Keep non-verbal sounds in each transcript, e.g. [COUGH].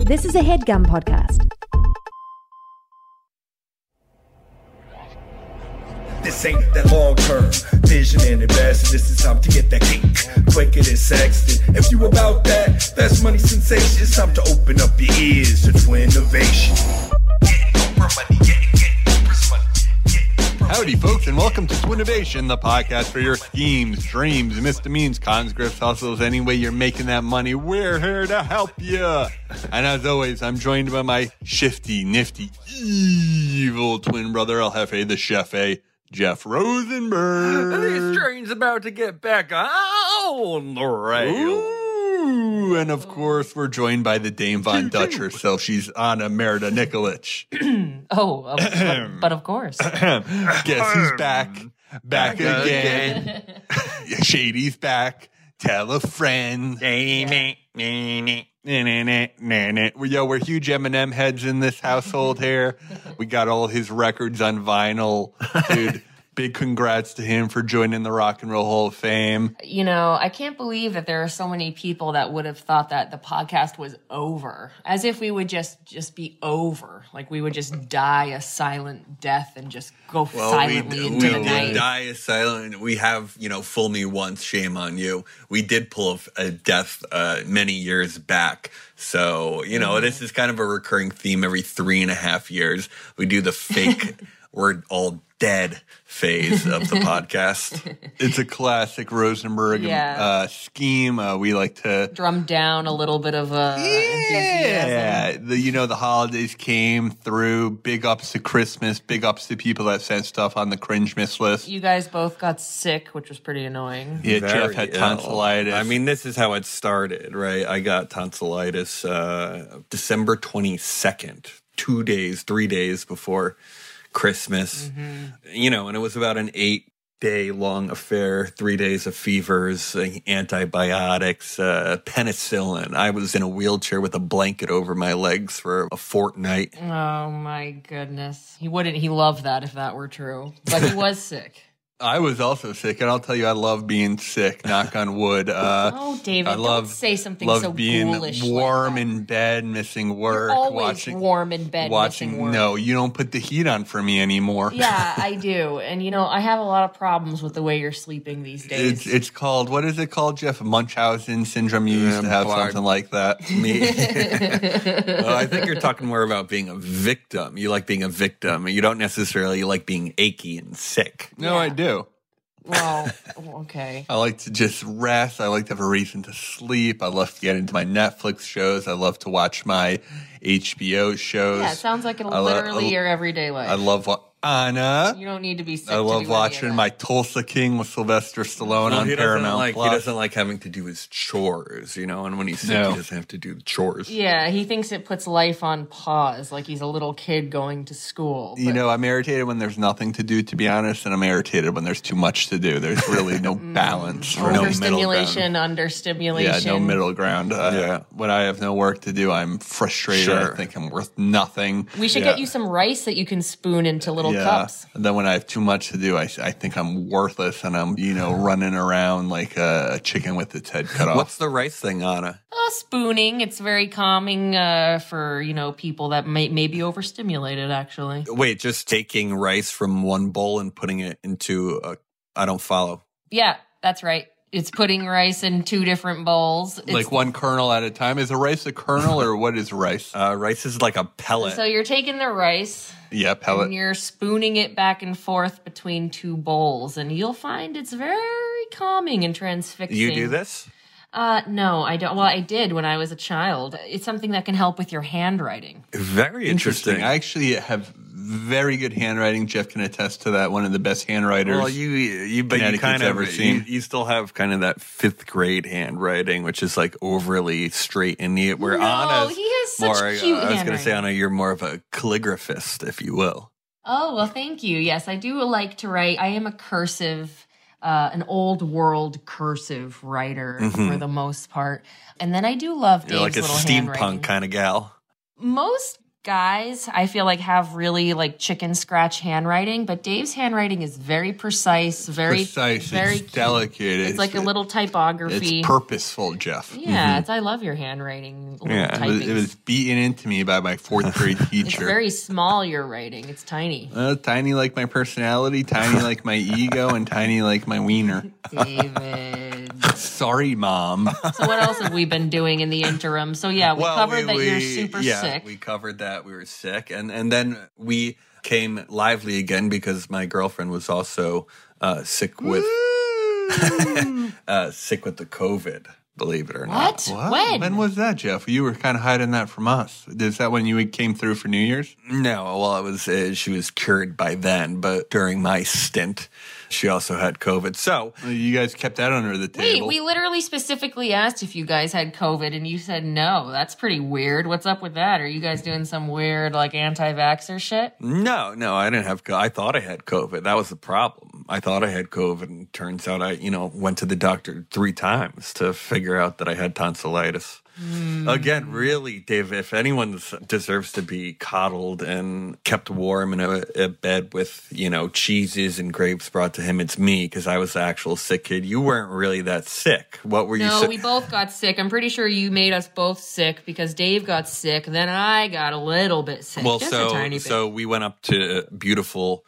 This is a headgum podcast. This ain't that long term vision and investing. This is time to get that cake quicker than Sexton. If you about that, that's money sensation. It's time to open up your ears to twin innovation. Getting Oprah money, getting, getting Oprah's money. Getting Oprah Howdy, money. folks, and welcome to Twinnovation, the podcast for your schemes, dreams, misdemeans, cons, grifts, hustles, any way you're making that money. We're here to help you. And as always, I'm joined by my shifty, nifty, evil twin brother, El Jefe, the Chef A, Jeff This [GASPS] Rosenberg. train's about to get back on the rail. Ooh, and of course, we're joined by the Dame Von Dutch herself. She's Anna Merida Nikolic. Oh, of- [CLEARS THROAT] but, but of course. [COUGHS] Guess who's back? Hmm. Back, again. [LAUGHS] Shady's back. Tell a friend. We- Yo, we're huge Eminem heads in this household here. We got all his records on [LAUGHS] vinyl. Dude, big congrats to him for joining the Rock and Roll Hall of Fame. You know, I can't believe that there are so many people that would have thought that the podcast was over, as if we would just just be over, like we would just die a silent death and just go silently Oh, we, into we the night. did die a silent. We have, you know, fool me once, shame on you. We did pull a death uh, many years back. So, you know, Mm-hmm. this is kind of a recurring theme every three and a half years. We do the [LAUGHS] fake, we're all dead phase of the [LAUGHS] podcast. It's a classic Rosenberg Yeah. uh, scheme. Uh, we like to Drum down a little bit of uh, enthusiasm. Yeah, the, you know the holidays came through. Big ups to Christmas. Big ups to people that sent stuff on the cringe miss list. You guys both got sick, which was pretty annoying. Yeah, Very Jeff had ill. tonsillitis. I mean, this is how it started, right? I got tonsillitis uh, December 22nd, two days, three days before Christmas, Mm-hmm. you know, and it was about an eight day long affair, three days of fevers, uh, antibiotics, uh, penicillin. I was in a wheelchair with a blanket over my legs for a [LAUGHS] fortnight. Oh my goodness. He wouldn't he loved that if that were true. But he was sick. [LAUGHS] I was also sick, and I'll tell you, I love being sick. knock on wood. Uh, Oh, David, I don't love say something love so being ghoulish like warm that. in bed, missing work, always watching warm in bed, watching. missing work. No, you don't put the heat on for me anymore. yeah, I do. And you know, I have a lot of problems with the way you're sleeping these days. It's it's called what is it called, Jeff? Munchausen syndrome. You used to have Blood. something like that. Me. Well, I think you're talking more about being a victim. You like being a victim, and you don't necessarily like being achy and sick. No, I do. well, okay. [LAUGHS] I like to just rest. I like to have a reason to sleep. I love to get into my Netflix shows. I love to watch my HBO shows. Yeah, it sounds like it I lo- literally I- your everyday life. I love wa- Anna. you don't need to be sick. I to love do any of watching that. my Tulsa King with Sylvester Stallone Well, on he doesn't Paramount like, Plus. He doesn't like having to do his chores, you know. And when he's sick, No. he doesn't have to do the chores. Yeah, he thinks it puts life on pause, like he's a little kid going to school. you but- know, I'm irritated when there's nothing to do, to be honest, and I'm irritated when there's too much to do. There's [LAUGHS] really no Mm. balance or no middle ground. overstimulation, under stimulation. Yeah, no middle ground. Uh, Yeah. When I have no work to do, I'm frustrated. I Sure. think I'm worth nothing. We should Yeah. get you some rice that you can spoon into little yeah. cups. And then when I have too much to do, I, I think I'm worthless and I'm, you know, running around like a chicken with its head cut off. What's the rice thing, Anna? Oh, spooning. It's very calming uh, for you know people that may, may be overstimulated. Actually, Wait, just taking rice from one bowl and putting it into a. I don't follow. yeah, that's right. It's putting rice in two different bowls. It's, like one kernel at a time? Is a rice a kernel or what is [LAUGHS] rice? Uh, rice is like a pellet. so you're taking the rice yeah, pellet. and you're spooning it back and forth between two bowls, and you'll find it's very calming and transfixing. you do this? Uh, no, I don't. Well, I did when I was a child. It's something that can help with your handwriting. Very interesting. I actually have very good handwriting. Jeff can attest to that. One of the best handwriters. Well, you you but you Connecticut's kind ever of seen. you, you still have kind of that fifth grade handwriting, which is like overly straight and neat. Where No, Anna's he has such more, cute uh, I was going to say, handwriting. Anna, you're more of a calligraphist, if you will. Oh, well, thank you. Yes, I do like to write. I am a cursive, uh, an old world cursive writer for the most part. And then I do love Mm-hmm. You're Dave's like a little steampunk handwriting. kind of gal. Most guys I feel like have really like chicken scratch handwriting, but Dave's handwriting is very precise, very Precise. very it's delicate. It's like a little typography. It's purposeful, Jeff. yeah, it's, I love your handwriting. little Yeah, [LAUGHS] it was, it typings. was beaten into me by my [LAUGHS] fourth grade It's teacher. very small. Your writing, it's tiny. Uh, tiny like my personality, tiny [LAUGHS] like my ego, and tiny like my wiener. David. Sorry, mom. So what else have [LAUGHS] we been doing in the interim? So yeah, we covered that you're super yeah, sick. We covered that we were sick, and and then we came lively again because my girlfriend was also uh, sick with [LAUGHS] uh, sick with the COVID. Believe it or what? not. When? When was that, Jeff? You were kind of hiding that from us. Is that when you came through for New Year's? No, well, it was uh, she was cured by then, but during my stint, she also had COVID. So You guys kept that under the Wait, table. we literally specifically asked if you guys had COVID, and you said no. That's pretty weird. What's up with that? Are you guys doing some weird like anti-vaxxer shit? No, no, I didn't have. co- I thought I had COVID. That was the problem. I thought I had COVID, and turns out I, you know, went to the doctor three times to figure out that I had tonsillitis. Hmm. Again, really, Dave. If anyone s- deserves to be coddled and kept warm in a, a bed with, you know, cheeses and grapes brought to him, it's me because I was the actual sick kid. You weren't really that sick. What were you? No, sick- we both got sick. I'm pretty sure you made us both sick because Dave got sick, then I got a little bit sick. Well, just so a tiny bit. so we went up to beautiful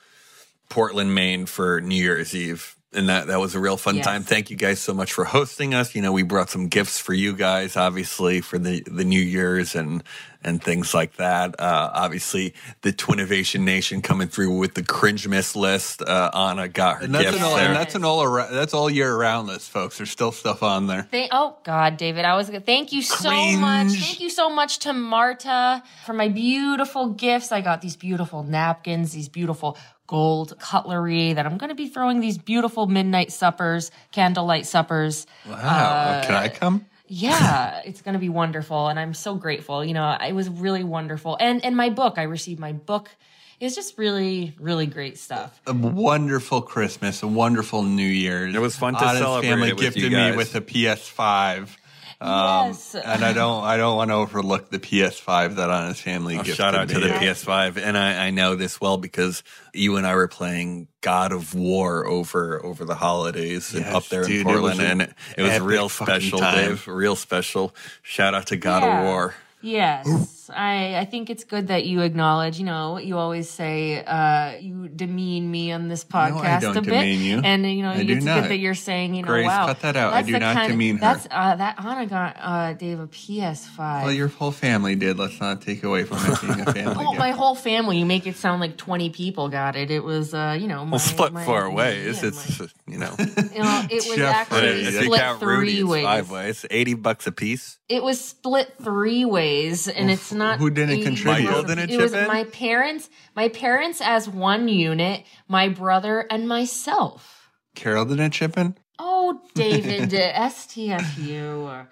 Portland, Maine for New Year's Eve. And that, that was a real fun Yes. time. Thank you guys so much for hosting us. You know, we brought some gifts for you guys, obviously, for the, the New Year's and and things like that. Uh, obviously, the Twinnovation Nation coming through with the cringe miss list. Uh, Anna got her and that's gifts an all. there. And that's an all. Around, that's all year around list, folks. There's still stuff on there. Thank, oh God, David, I was. Thank you so much. Cringe. Thank you so much to Marta for my beautiful gifts. I got these beautiful napkins, these beautiful gold cutlery that I'm going to be throwing these beautiful midnight suppers, candlelight suppers. Wow. Can I come? [LAUGHS] Yeah, it's going to be wonderful, and I'm so grateful. You know, it was really wonderful, and and my book, I received my book. It's just really, really great stuff. A wonderful Christmas, a wonderful New Year's. It was fun to Anna's celebrate family it with gifted you me guys. with a PS5. yes. Um, and I don't I don't want to overlook the PS5 that Anna's family Oh, gifted shout out to me. the PS5, and I, I know this well because you and I were playing God of War over over the holidays and Yes, up there dude, it in was Portland, an and it, it was epic real fucking special, time. Dave. Real special. Shout out to God Yeah. of War. Yes. I, I think it's good that you acknowledge, you know, you always say uh, you demean me on this podcast don't a bit. demean you. And, you know, I it's do good not. that you're saying, you know, Grace, wow. cut that out. I that's do the not demean her. That's, uh, that Anna got uh, Dave a PS5. Well, your whole family did. Let's not take away from it being a family. [LAUGHS] Oh, gift. my whole family. You make it sound like 20 people got it. It was, uh, you know, my, Well, split my- four ways. yeah, It's you know, my- [LAUGHS] you know, it was Jeff, actually [LAUGHS] right. if you split count Rudy, three it's ways. five ways. Eighty bucks a piece. It was split three ways, and it's not who didn't contribute? Michael didn't it was chip in? my parents, my parents as one unit, my brother and myself. Carol didn't chip in. Oh, [LAUGHS] David, STFU.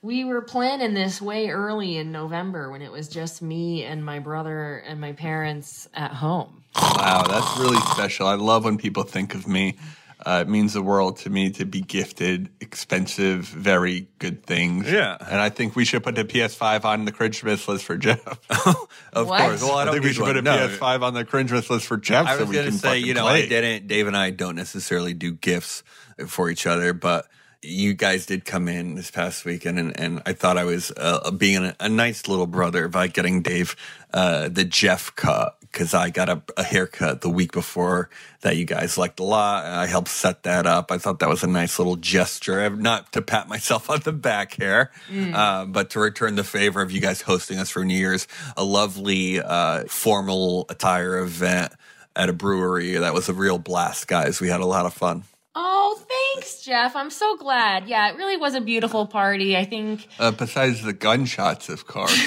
We were planning this way early in November when it was just me and my brother and my parents at home. Wow, that's really special. I love when people think of me. Uh, it means the world to me to be gifted expensive, very good things. Yeah. and I think we should put the PS5 on the Christmas list for Jeff. [LAUGHS] Of What? course. Well, I, I don't think we need should one. put a No. PS5 on the Christmas list for Jeff. I so was we going can to say, fucking you know, play. I didn't. Dave and I don't necessarily do gifts for each other, but you guys did come in this past weekend, and, and I thought I was uh, being a, a nice little brother by getting Dave uh, the Jeff cut because I got a, a haircut the week before that you guys liked a lot. I helped set that up. I thought that was a nice little gesture, not to pat myself on the back here, uh, but to return the favor of you guys hosting us for New Year's, a lovely uh, formal attire event at a brewery. That was a real blast, guys. We had a lot of fun. Oh, thanks, Jeff. I'm so glad. Yeah, it really was a beautiful party. I think Uh, besides the gunshots, of course. [LAUGHS]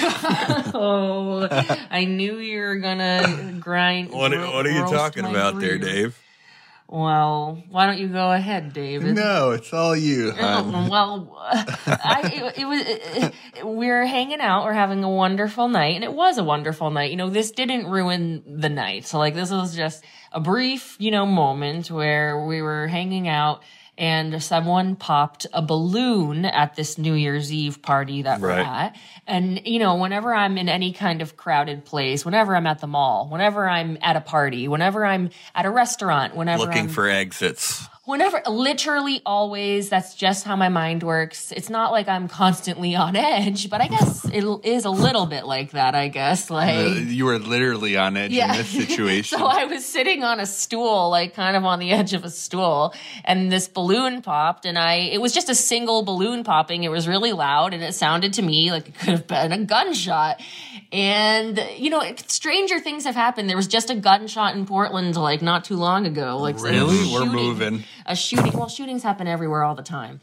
Oh, [LAUGHS] I knew you were gonna grind. ro- roast my grill. Dave? Well, why don't you go ahead, David? no, it's all [LAUGHS] you. Hun. Oh, well, I, it, it was. we were hanging out. We're having a wonderful night, and it was a wonderful night. You know, this didn't ruin the night. So, like, this was just a brief, you know, moment where we were hanging out, and someone popped a balloon at this New Year's Eve party that we're Right. at. And, you know, whenever I'm in any kind of crowded place, whenever I'm at the mall, whenever I'm at a party, whenever I'm at a restaurant, whenever Looking I'm for exits. whenever literally always that's just how my mind works it's not like i'm constantly on edge but i guess it l- is a little bit like that i guess like Uh, you were literally on edge in this [LAUGHS] situation. so I was sitting on a stool, like kind of on the [LAUGHS] edge of a stool, and this balloon popped, and I it was just a single balloon popping. It was really loud, and it sounded to me like it could have been a gunshot. And you know, it- stranger things have happened. There was just a gunshot in Portland, like not too long ago. Like some Really? We're shooting- moving. A shooting. Well, shootings happen everywhere all the time.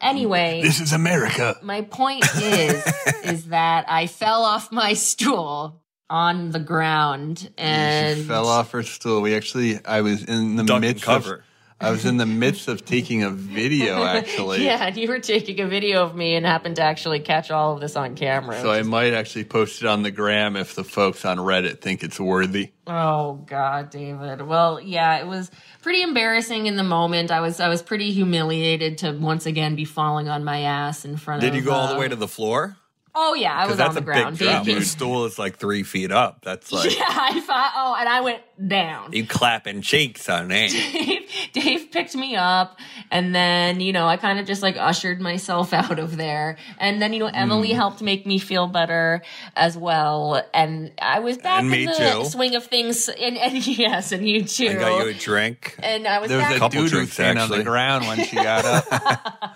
Anyway, this is America. my point [LAUGHS] is is that I fell off my stool on the ground and she fell off her stool. We actually, I was in the Duck and midst cover. of, I was in the midst of taking [LAUGHS] a video actually. Yeah, and you were taking a video of me and happened to actually catch all of this on camera. So I might actually post it on the gram if the folks on Reddit think it's worthy. oh God, David. Well, yeah, it was pretty embarrassing in the moment. I was I was pretty humiliated to once again be falling on my ass in front of Did you go all uh, the way to the floor? Oh yeah, I Because was that's on the a ground. big drop. baby. Your stool is like three feet up. That's like [LAUGHS] yeah, I thought oh and I went down. you clapping cheeks [LAUGHS] on it. Dave, Dave picked me up, and then you know I kind of just like ushered myself [LAUGHS] out of there, and then you know Emily Hmm. helped make me feel better as well, and I was back And me in the too. swing of things, and, and [LAUGHS] yes, and you too, I got you a [LAUGHS] drink. and I was There was back a Couple dude who drinks, stand on the actually. ground when she got up.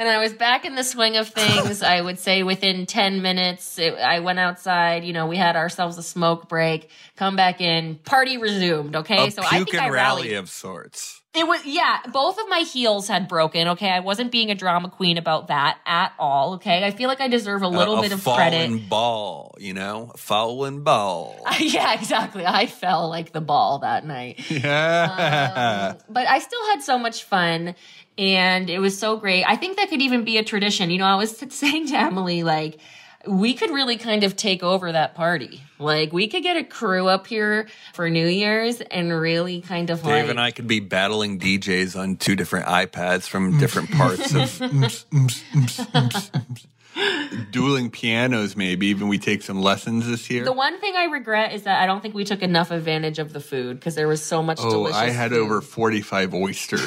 and I was back in the swing of things. I would say within 10 minutes, it, I went outside. You know, we had ourselves a smoke break, come back in, party resumed. Okay. a so puke I think and I rallied. rally of sorts. It was yeah, both of my heels had broken, okay? I wasn't being a drama queen about that at all, okay? I feel like I deserve a little a, bit of fallen credit. ball, you know, a fallen ball. [LAUGHS] yeah, exactly. I fell like the ball that [LAUGHS] night. [LAUGHS] yeah. but I still had so much fun and it was so great. I think that could even be a tradition. You know, I was [LAUGHS] saying to Emily, like, we could really kind of take over that party. Like, we could get a crew up here for New Year's and really kind of like. Dave and I could be battling DJs on two different iPads from [LAUGHS] different parts of Dueling pianos, maybe. Even we take some lessons this year. The one thing I regret is that I don't think we took enough advantage of the food because there was so much oh, delicious. I had food. over 45 oysters.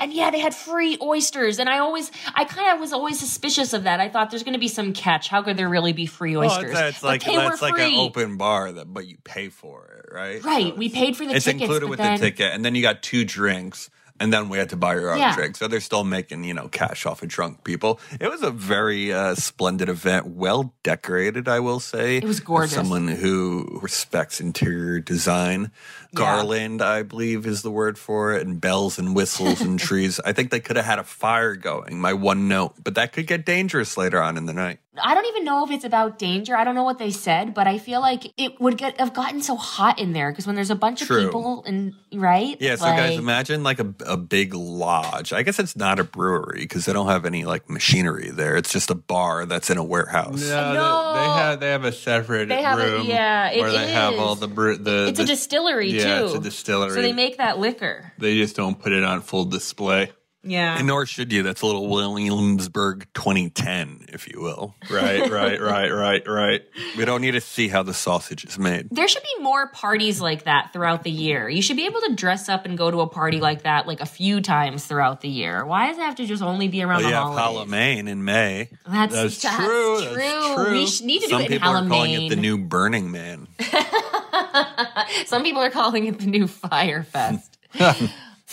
and yeah, they had free oysters, and I always, I kind of was always suspicious of that. I thought there's going to be some catch. How could there really be free Well, oysters? That's, that's But like they that's were like free. an [LAUGHS] open bar that but you pay for it, right? Right, So we paid for the it's tickets. included but with then, the ticket, and then you got two drinks, and then we had to buy your own Yeah. drink. So they're still making you know cash off of drunk people. It was a very uh, splendid event, well decorated, I will say. It was gorgeous. Someone who respects interior design, garland, I believe, is the word for it, and bells and whistles [LAUGHS] and trees. I think they could have had a fire going. My one note, but that could get dangerous later on in the night. I don't even know if it's about danger. I don't know what they said, but I feel like it would get have gotten so hot in there because when there's a bunch True. of people and right, Yeah, so guys, Like- imagine like a, a big lodge. I guess it's not a brewery because they don't have any like machinery there. It's just a bar that's in a warehouse. No, No. They, they have they have a separate They have a- room. yeah, it where they have is. all the brew. The it's a the- distillery yeah, too. it's a distillery. So they make that liquor. They just don't put it on full display. Yeah. And nor should you. That's a little Williamsburg 2010, if you will. Right, right, right, right, right. We don't need to see how the sausage is made. There should be more parties like that throughout the year. You should be able to dress up and go to a party like that like a few times throughout the year. Why does it have to just only be around Well, you the have holidays? Halloween in May. That's, That's true, that's true. We sh- need to Some do it in people are calling it Halloween. the new Burning [LAUGHS] Man. Some people are calling it the new [LAUGHS] Fire Fest.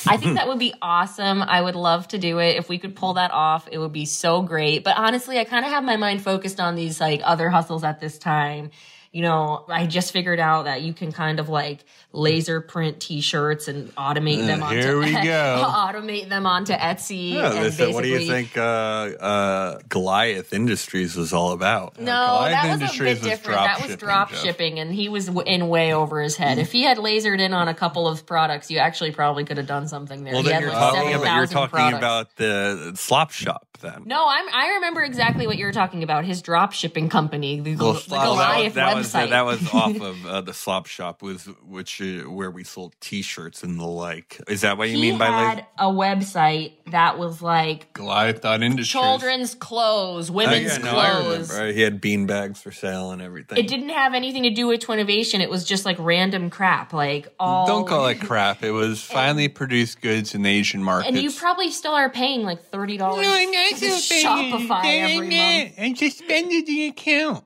I think that would be awesome. I would love to do it. If we could pull that off, it would be so great. But honestly, I kind of have my mind focused on these like other hustles at this time. You know, I just figured out that you can kind of like laser print t-shirts and automate them Uh, onto here [LAUGHS] we go. automate them onto Etsy. Yeah, and Oh, they said, what do you basically- think uh, uh, Goliath Industries was all about? No, Goliath that was a Industries bit was different. That was dropshipping, drop Jeff. shipping, and he was w- in way over his head. If he had lasered in on a couple of products, you actually probably could have done something there. Well, he then had you're like talking, 7,000 about, you're talking products. about the slop shop then. No, I'm. I remember exactly what you were talking about. His drop shipping company, the, Gol- Well, the Slop- that was- Goliath that, was, uh, website. that [LAUGHS] was off of uh, the slop shop, was which uh, where we sold T-shirts and the like. Is that what you he mean by had like? a website that was like Goliath.industries. children's clothes, Oh, women's yeah, no, I clothes. remember. He had bean bags for sale and everything. It didn't have anything to do with Twinovation. It was just like random crap, like all. Don't call it crap. It was finally produced goods in the Asian markets. And you probably still are paying like thirty dollars to Shopify every month. I suspended the account.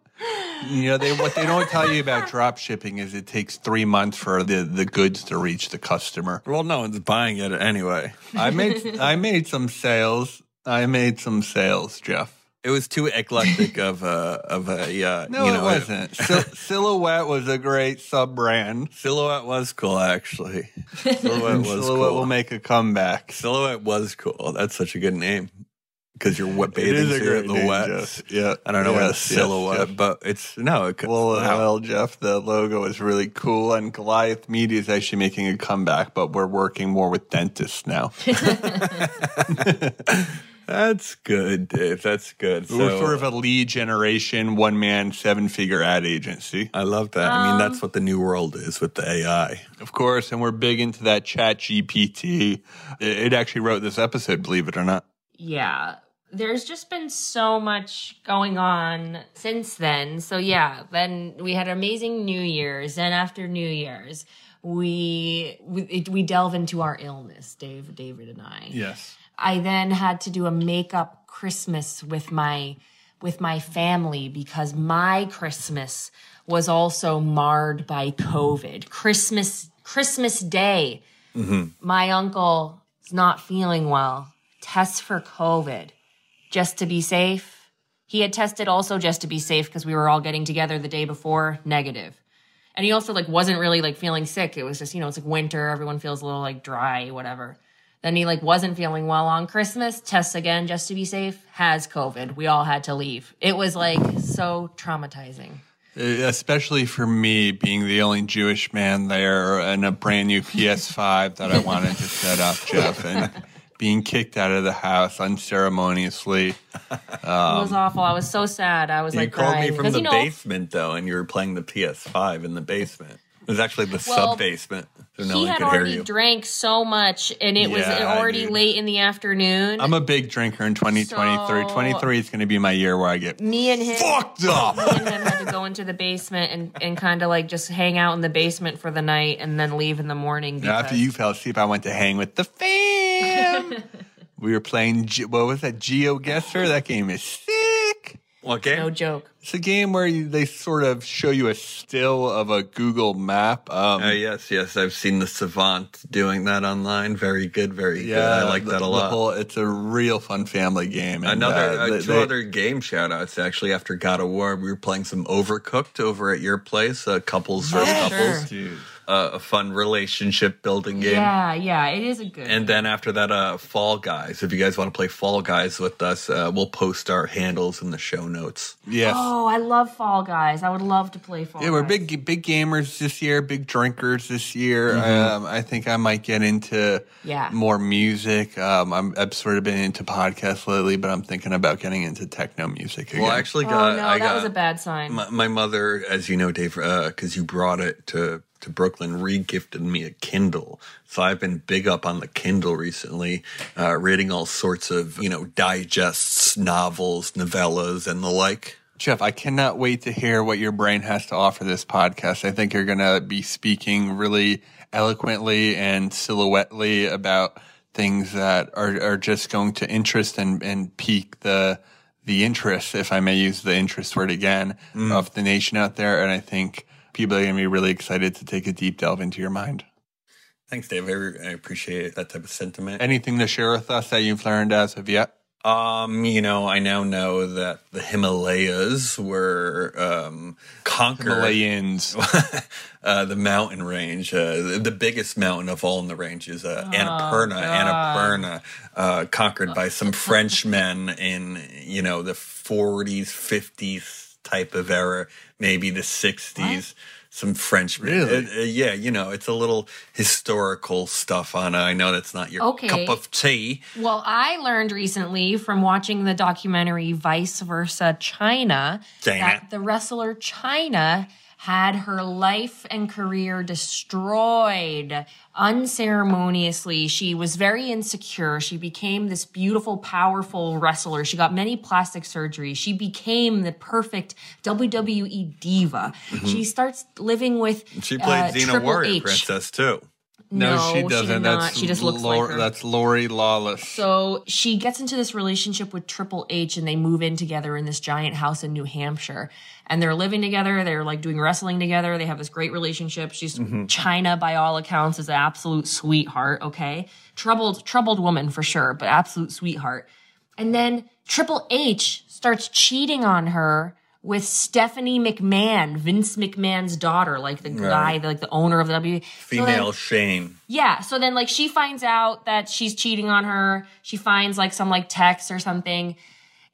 You know, they what they don't tell you about drop shipping is it takes three months for the, the goods to reach the customer. well, no one's buying it anyway. I made I made some sales. I made some sales, Jeff. It was too eclectic of a of a [LAUGHS] uh, No, you it know, wasn't. [LAUGHS] Sil- Silhouette was a great sub brand. Silhouette was cool, actually. [LAUGHS] Silhouette was Silhouette cool. will make a comeback. Silhouette was cool. That's such a good name because you're wet bathing through the name, wet. Jeff. Yeah, I don't know what a Yes, yes, silhouette, Jeff. but it's no. It could, Well, uh, wow. well, Jeff, the logo is really cool, and Goliath Media is actually making a comeback, but we're working more with dentists [LAUGHS] now. that's good, Dave. That's good. we're So, sort of a lead generation, one man, seven figure ad agency. I love that. I Um, mean, that's what the new world is with the AI. Of course, and we're big into that chat GPT. It, it actually wrote this episode, believe it or not. Yeah. There's just been so much going on since then. So yeah, then we had amazing New Year's, and after New Year's, we we, it, we delve into our illness, Dave, David, and I. Yes. I then had to do a makeup Christmas with my with my family because my Christmas was also marred by COVID. Christmas Christmas Day, my uncle is not feeling well. Tests for COVID just to be safe. He had tested also just to be safe because we were all getting together the day before, negative. And he also like wasn't really like feeling sick. It was just, you know, it's like winter, everyone feels a little like dry, whatever. Then he like wasn't feeling well on Christmas, tests again just to be safe, has COVID. We all had to leave. It was like so traumatizing. Uh, Especially for me, being the only Jewish man there and a brand new PS5 that I wanted to set up, Jeff, and being kicked out of the house unceremoniously. it was awful. I was so sad. I was Um, You like called crying. me from 'Cause, the you know, basement though, and you were playing the PS5 in the basement. It was actually the Well, sub basement, so no he one had could hear already you. drank so much and it was Yeah, already dude. late in the afternoon. I'm a big drinker in 2023. So- 23 is going to be my year where I get me and him fucked [LAUGHS] up. and him had to go into the basement and, and kind of like just hang out in the basement for the night and then leave in the morning. Now, Because, after you fell asleep, I went to hang with the fam. we were playing, Ge- what was that, Geo Guesser? That game is sick. What game? no joke. It's a game where you, they sort of show you a still of a Google map. Um, Uh, yes, yes, I've seen the Savant doing that online. Very good, very good. I like the- that a the lot. whole- it's a real fun family game. and, Another uh, uh, they- two they- other game shout outs actually after God of War. We were playing some Overcooked over at your place, uh, couples versus Yeah, couples, sure. Dude. uh, a fun relationship building game. Yeah, yeah, it is a good. And then after that, uh, Fall Guys. If you guys want to play Fall Guys with us, uh, we'll post our handles in the show notes. Yes. oh, I love Fall Guys. I would love to play Fall. Yeah, we're Guys. big big gamers this year, big drinkers this year. Um, I think I might get into Mm-hmm. Yeah. more music. Um, I'm, I've sort of been into podcasts lately, but I'm thinking about getting into techno music again. Well, I actually, Oh got, no, I that got was a bad sign. My, my mother, as you know, Dave, because you brought it to to Brooklyn, re-gifted me a Kindle. So I've been big up on the Kindle recently, uh, reading all sorts of you know digests, novels, novellas, and the like. Jeff, I cannot wait to hear what your brain has to offer this podcast. I think you're going to be speaking really eloquently and silhouettely about things that are, are just going to interest and, and pique the the interest, if I may use the interest word again, of the nation out there. And I think people are going to be really excited to take a deep delve into your mind. Thanks, Dave. I, re- I appreciate that type of sentiment. Anything to share with us that you've learned as of yet? Um, you know, I now know that the Himalayas were um, conquered. Malayans. [LAUGHS] uh, the mountain range, uh, the- the biggest mountain of all in the range is Oh, uh, Annapurna. Annapurna, uh, conquered by [LAUGHS] some Frenchmen in you know the 40s, 50s type of era, maybe the 60s. some Frenchmen. Really? It- uh, yeah, you know, it's a little historical stuff, Anna. I know that's not your Okay. cup of tea. Well, I learned recently from watching the documentary Vice Versa China Dang that it. the wrestler China had her life and career destroyed unceremoniously. She was very insecure. She became this beautiful, powerful wrestler. She got many plastic surgeries. She became the perfect WWE diva. She starts living with Mm-hmm. She played uh, Xena Triple Warrior H. Princess too. No, she did doesn't. not. That's she just looks Lor- like her. That's Lori Lawless. So she gets into this relationship with Triple H and they move in together in this giant house in New Hampshire. And they're living together. They're like doing wrestling together. They have this great relationship. She's China, by all accounts, is an absolute sweetheart. Okay. Troubled, troubled woman for sure, but absolute sweetheart. And then Triple H starts cheating on her with Stephanie McMahon, Vince McMahon's daughter, like the guy, like the owner of the WWE. So then- Female Shane. yeah. So then like she finds out that she's cheating on her. She finds like some like text or something.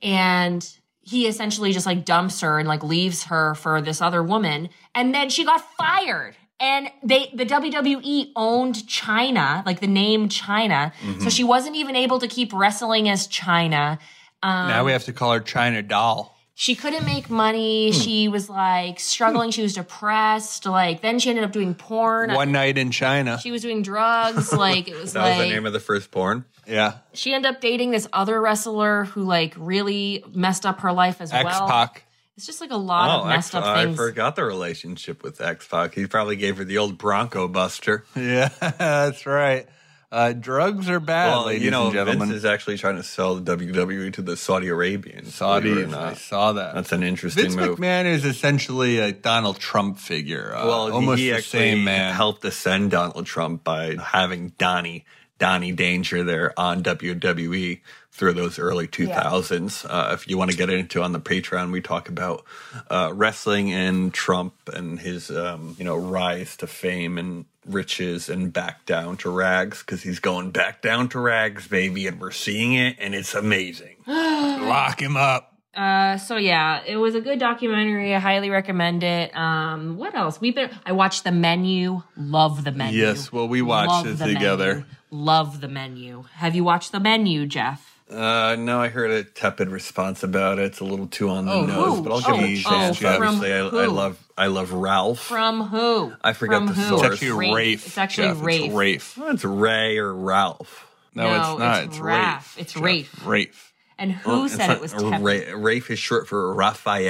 And he essentially just like dumps her and like leaves her for this other woman. And then she got fired. And they the WWE owned China, like the name China. Mm-hmm. So she wasn't even able to keep wrestling as China. Um, now we have to call her China Doll. She couldn't make money. Hmm. She was like struggling. She was depressed. Like then she ended up doing porn. One night in China. She was doing drugs. Like it [LAUGHS] was That like was the name of the first porn. yeah. she ended up dating this other wrestler who like really messed up her life as X well. Pac. Oh, It's just like a lot of messed up Oh, I things. forgot the relationship with X Pac. He probably gave her the old Bronco [LAUGHS] Buster. Yeah, that's right. Uh, drugs are bad, well, ladies you know, and gentlemen. Vince is actually trying to sell the WWE to the Saudi Arabians. believe it or Saudis, I not. saw that. That's an interesting Vince move. McMahon is essentially a Donald Trump figure. Uh, well, almost he the actually same man. helped ascend Donald Trump by having Donnie Donnie Danger there on WWE through those early 2000s. Uh, if you want to get into on the Patreon, we talk about uh, wrestling and Trump and his um, you know rise to fame and riches and back down to rags because he's going back down to rags, baby, and we're seeing it and it's amazing. Lock him up. Uh, so yeah, it was a good documentary. I highly recommend it. Um, what else? We've been. I watched the menu. Love the menu. Yes, well, we watched Love it The Menu. together. Love the menu. Have you watched the menu, Jeff? Uh, no, I heard a tepid response about it. It's a little too on the Oh, nose, who? but I'll give it a Oh, chance. oh, from Obviously, I, I who? love I love Ralph. From who? I forgot From the who? source. It's actually Rafe. It's actually Jeff. Rafe. It's Rafe. Well, it's Ray or Ralph. No, it's not. It's, Raph. Rafe. It's Jeff. Rafe. Rafe. And Oh, who It's said not- it was Tepid? Ra- Rafe is short for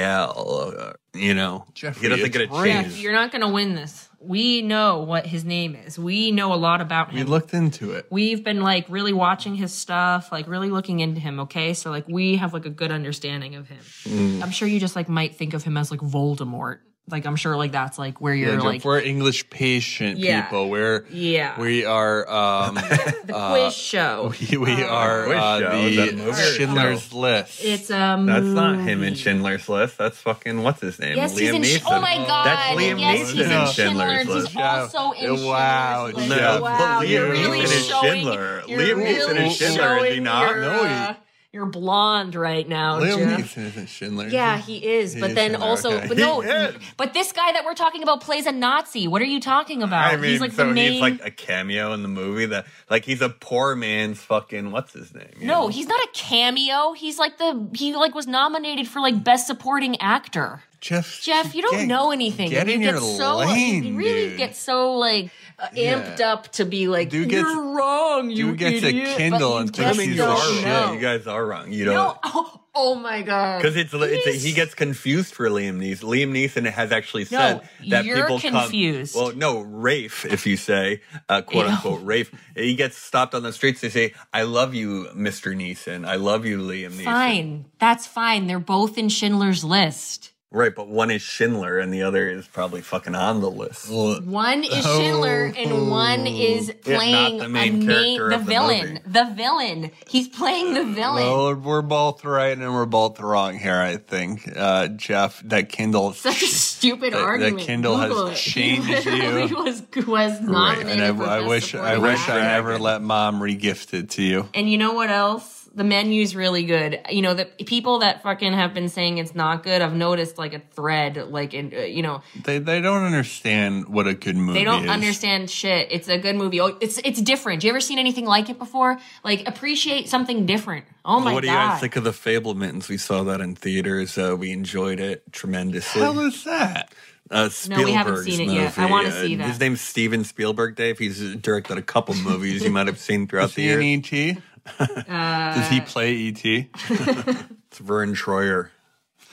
Raphael. uh, You know, Jeffrey, he doesn't it's get a Rafe. Jeff, chance. you're not going to win this. We know what his name is. We know a lot about We him. looked into it. We've been like really watching his stuff, like really looking into him, okay? So like we have like a good understanding of him. Mm. I'm sure you just like might think of him as like Voldemort. Like I'm sure like that's like where you're Yeah, Jeff, like we're English patient Yeah. people. We're Yeah. We are [LAUGHS] um, the Uh, quiz oh, show. we, we are Wish uh, show, is that a movie the or a Schindler's List. It's um That's not him in Schindler's List. That's fucking what's his name? Yes, he's Liam in. Neeson. Oh my god! That's Liam yes, Neeson he's in in Schindler. Schindler's and He's List. also in Wow, Schindler's List. no, wow, Liam you're really Neeson is showing. Schindler. You're Liam really Neeson is Schindler, is he showing not? Your, No, he- uh, you're blonde right now, Liam Jeff. Neeson is in Schindler's. Yeah, he is. But is then Schindler, also, okay. but He [LAUGHS] no, is. but this guy that we're talking about plays a Nazi. What are you talking about? I mean, he's like so the main. he's like a cameo in the movie that, like, he's a poor man's fucking what's his name? you no, know? he's not a cameo. He's like the he like was nominated for like best supporting actor. Jeff. Jeff, you don't get- know anything. Get and you in get your so, lane, You really dude. get so like uh, amped Yeah. up to be like, Dude gets- you're wrong. You dude gets a idiot," but Kindle you and just thinks I mean, he's you don't are a shit. know. wrong. You guys are wrong. You don't. No, oh, [LAUGHS] oh my god. Because it's, it's He's- he gets confused for Liam Neeson. Liam Neeson has actually said No, that you're people come- confused. well, no, Rafe, if you say uh, quote Ew. unquote Rafe, he gets stopped on the streets. They say, "I love you, Mr. Neeson. I love you, Liam Neeson." fine. That's fine. They're both in Schindler's List. Right, but one is Schindler and the other is probably fucking on the list. One is Schindler and Oh. one is Yeah, not playing the main a main, character the of the villain. movie. The villain. He's playing the villain. Well, Oh, we're both right and we're both wrong here. I think, uh, Jeff, that [LAUGHS] Kindle. Such a stupid that argument. Kindle has Google it. changed [LAUGHS] He literally you. Was, was Right, nominated and I, for I Best wish I Supporting wish I Actor. never let mom regift it to you. And you know what else? The menu's really good. You know, the people that fucking have been saying it's not good, I've noticed like a thread, like in uh, you know, They they don't understand what a good movie. they don't is. understand shit. It's a good movie. Oh, it's it's different. You ever seen anything like it before? Like appreciate something different. Oh my what do you god! guys think of the Fablemans? We saw that in theaters. Uh, we enjoyed it tremendously. How is that? uh, No, we haven't Spielberg's seen it movie. yet. I wanna Uh, see that. His name's Steven Spielberg, Dave. He's directed a couple movies you might have seen throughout [LAUGHS] the year. Is he an ET? [LAUGHS] Does Uh, he play E ET? It's Vern Troyer.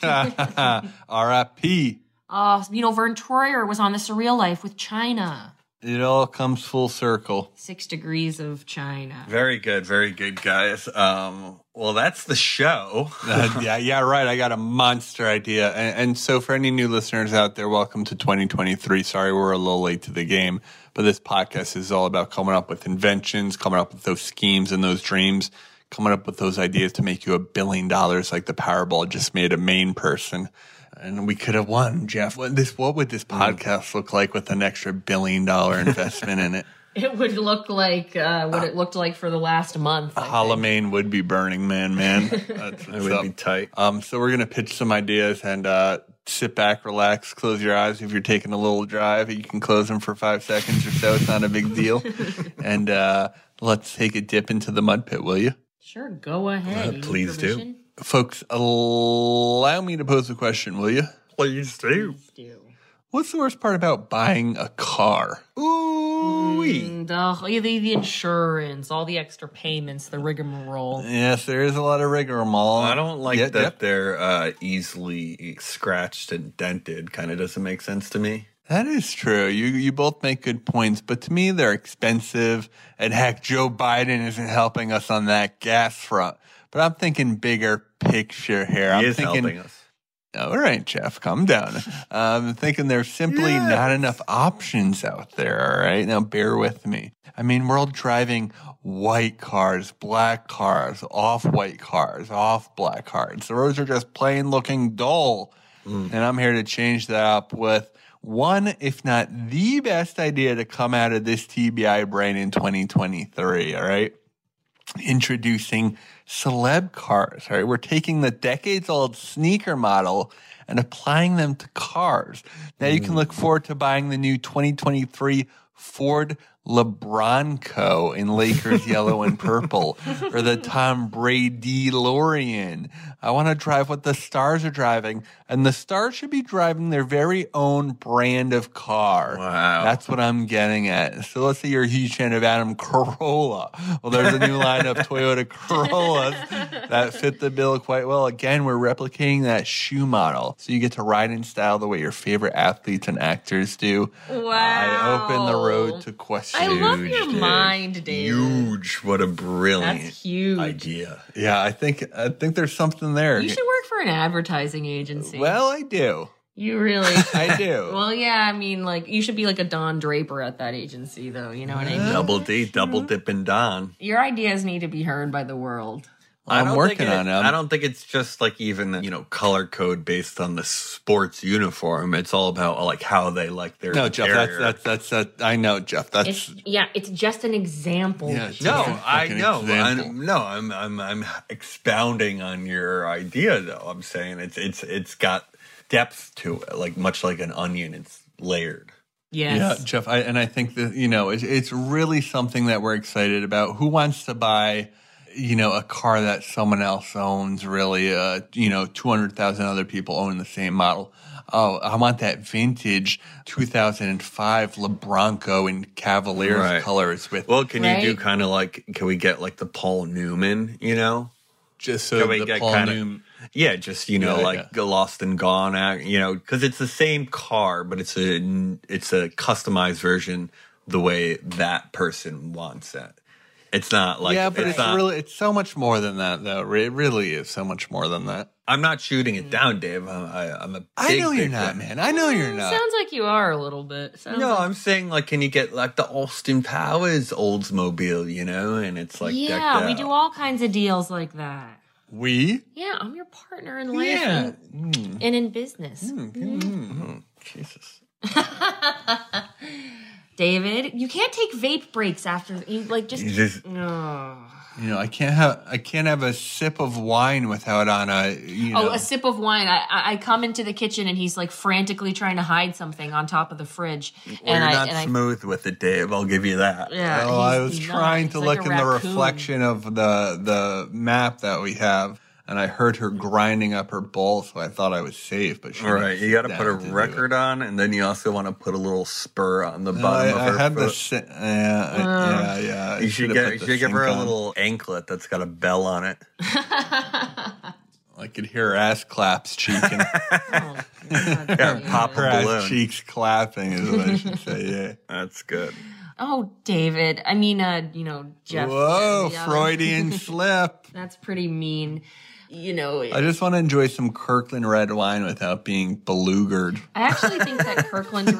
R.I.P. Oh, you know, Vern Troyer was on The Surreal Life with China. It all comes full circle. Six Degrees of China. Very good, very good, guys. Um, well, that's the [LAUGHS] show. Uh, yeah, yeah, right. I got a monster idea. And, and so, for any new listeners out there, welcome to 2023. Sorry, we're a little late to the game, but this podcast is all about coming up with inventions, coming up with those schemes and those dreams, coming up with those ideas to make you a billion dollars, like the Powerball just made a main person. And we could have won, Jeff. What this? What would this podcast look like with an extra billion dollar investment in it? It would look like uh, what it looked like for the last month. I think. Halloween would be Burning Man, man. That's It what's would up. be tight. Um, so we're gonna pitch some ideas and uh, sit back, relax, close your eyes. If you're taking a little drive, you can close them for five seconds or so. It's not a big deal. and uh, let's take a dip into the mud pit, will you, Sure, go ahead. Uh, You need please do. permission? folks? Allow me to pose a question, will you? Please do. Please do. What's the worst part about buying a car? Ooh, And, uh, the, the insurance, all the extra payments, the rigmarole. Yes, there is a lot of rigmarole. I don't like Yeah, that Jeff? they're uh, easily scratched and dented. Kind of doesn't make sense to me. That is true. You you both make good points, but to me they're expensive. And heck, Joe Biden isn't helping us on that gas front. But I'm thinking bigger picture here. I'm he is thinking, helping us. all right, Jeff, calm down. I'm thinking there's simply not enough options out there. All right, now bear with me. I mean, we're all driving white cars, black cars, off white cars, off black cars. The roads are just plain looking dull. And I'm here to change that up with one, if not the best idea to come out of this TBI brain in 2023. All right introducing celeb cars. All right, we're taking the decades old sneaker model and applying them to cars. Now you can look forward to buying the new 2023 Ford LeBronco in Lakers yellow and purple or the Tom Brady Lorian. I want to drive what the stars are driving and the stars should be driving their very own brand of car. Wow. That's what I'm getting at. So let's say you're a huge fan of Adam Corolla. Well, there's a new line of Toyota Corollas that fit the bill quite well. Again, we're replicating that shoe model. So you get to ride in style the way your favorite athletes and actors do. I open the road to I question. love your mind, Dave. Huge! What a brilliant That's huge. idea. Yeah, I think I think there's something there. You should work for an advertising agency. well, I do. you [LAUGHS] really. I do. [LAUGHS] well, yeah. I mean, like, you should be like a Don Draper at that agency, though. You know what I mean? Double D, double dip and don. Your ideas need to be heard by the world. I I'm don't working think on it. it. I don't think it's just like even you know color code based on the sports uniform. It's all about like how they like their No, Jeff, that's interior. that's that's that. I know, Jeff. That's It's yeah. It's just an example. Yeah, it's no, just a I fucking know, example. I'm, no, I'm I'm I'm expounding on your idea though. I'm saying it's it's it's got depth to it, like much like an onion, it's layered. Yes. Yeah, Jeff, I, and I think that you know it's, it's really something that we're excited about. Who wants to buy, you know, a car that someone else owns? Really, uh, you know, two hundred thousand other people own the same model. Oh, I want that vintage two thousand and five LeBronco in Cavaliers Right. colors with Well, can you do Right. kind of like can we get like the Paul Newman, you know? just so Can we the get Paul kinda- Newman- Yeah, just you know, Yeah, like yeah. the lost and gone, act, you know, because it's the same car, but it's a it's a customized version the way that person wants it. It's not like yeah, but it's, not, really it's so much more than that, though. It really is so much more than that. I'm not shooting Mm. it down, Dave. I'm, I, I'm a big, I know you're big not, fan. man. I know you're not. Mm, Sounds like you are a little bit. Sounds No, like- I'm saying like, can you get like the Austin Powers Oldsmobile, you know? And it's like yeah, decked we out. do all kinds of deals like that. we Yeah, I'm your partner in life Yeah. Hmm. and, and in business. Jesus. David, you can't take vape breaks after you like just You just Ugh. You know, I can't have I can't have a sip of wine without on a you know. Oh, a sip of wine. I, I I come into the kitchen and he's like frantically trying to hide something on top of the fridge. Well, and you're I, not and I- smooth with it, Dave. I'll give you that. yeah, Oh, I he's- was he's not. trying He's to like look a in the raccoon. reflection of the the map that we have, and I heard her grinding up her bowl, so I thought I was safe. But she All right, you got to down put a do it. record on, and then you also want to put a little spur on the No, bottom of I, I her had foot. the si- yeah, I- yeah, yeah. I you should should've get put you the should give her sink a on. little anklet that's got a bell on [LAUGHS] it. I could hear her ass claps, cheek [LAUGHS] and Oh, God, Yeah, David. pop her a ass balloon. cheeks clapping is what I should say. [LAUGHS] Yeah. That's good. Oh, David. I mean, uh, you know, Jeff. Whoa, Yeah. Freudian slip. That's pretty mean. You know, I just want to enjoy some Kirkland red wine without being belugered. I actually think that Kirkland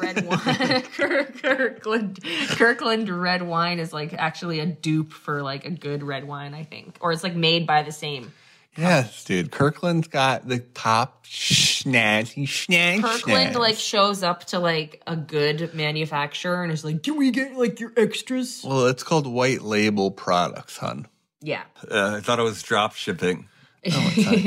[LAUGHS] red wine, [LAUGHS] Kirk- Kirkland, Kirkland red wine is like actually a dupe for like a good red wine, I think, or it's like made by the same. Yes, dude. Kirkland's got the top snazzy snazz. Kirkland snazz. like shows up to like a good manufacturer and is like, "Can we get like your extras?" Well, it's called white label products, [LAUGHS] hon. Yeah, Uh, I thought it was drop shipping. It's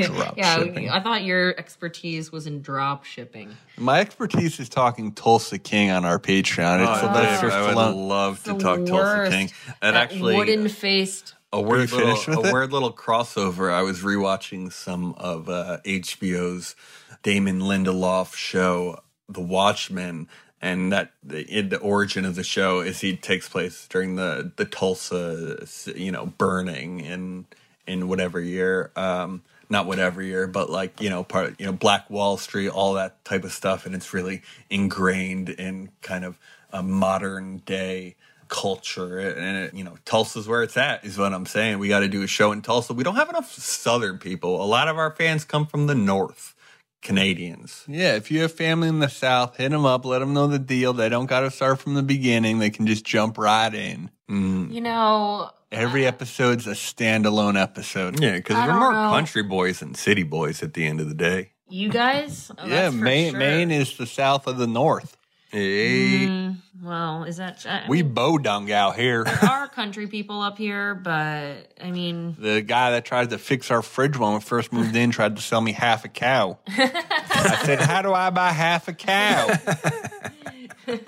not drop yeah. shipping. I thought your expertise was in drop shipping. My expertise is talking Tulsa King on our Patreon. Oh, It's Sylvester Dave, I would Stallone. love to The talk Tulsa worst. King. That, actually wooden faced. a weird Can we finish little a with it? weird little crossover. I was rewatching some of uh, HBO's Damon Lindelof show, The Watchmen, and that the, in the origin of the show is he takes place during the the Tulsa, you know, burning in in whatever year. Um, not whatever year, but like you know, part you know, Black Wall Street, all that type of stuff, and it's really ingrained in kind of a modern day culture and it, you know tulsa's where it's at is what i'm saying we got to do a show in tulsa we don't have enough southern people a lot of our fans come from the north canadians Yeah, if you have family in the South, hit them up. Let them know the deal. They don't got to start from the beginning. They can just jump right in. um, You know, Every episode's a standalone episode. yeah because I we're don't more know. country boys than city boys at the end of the day you guys. Oh, yeah, that's for Maine, sure. Mm. Maine is the South of the North. Hey. Well, is that I We bodung out here. are country people up here, but I mean, The guy that tried to fix our fridge when we first moved in tried to sell me half a cow. I said, How do I buy half a cow?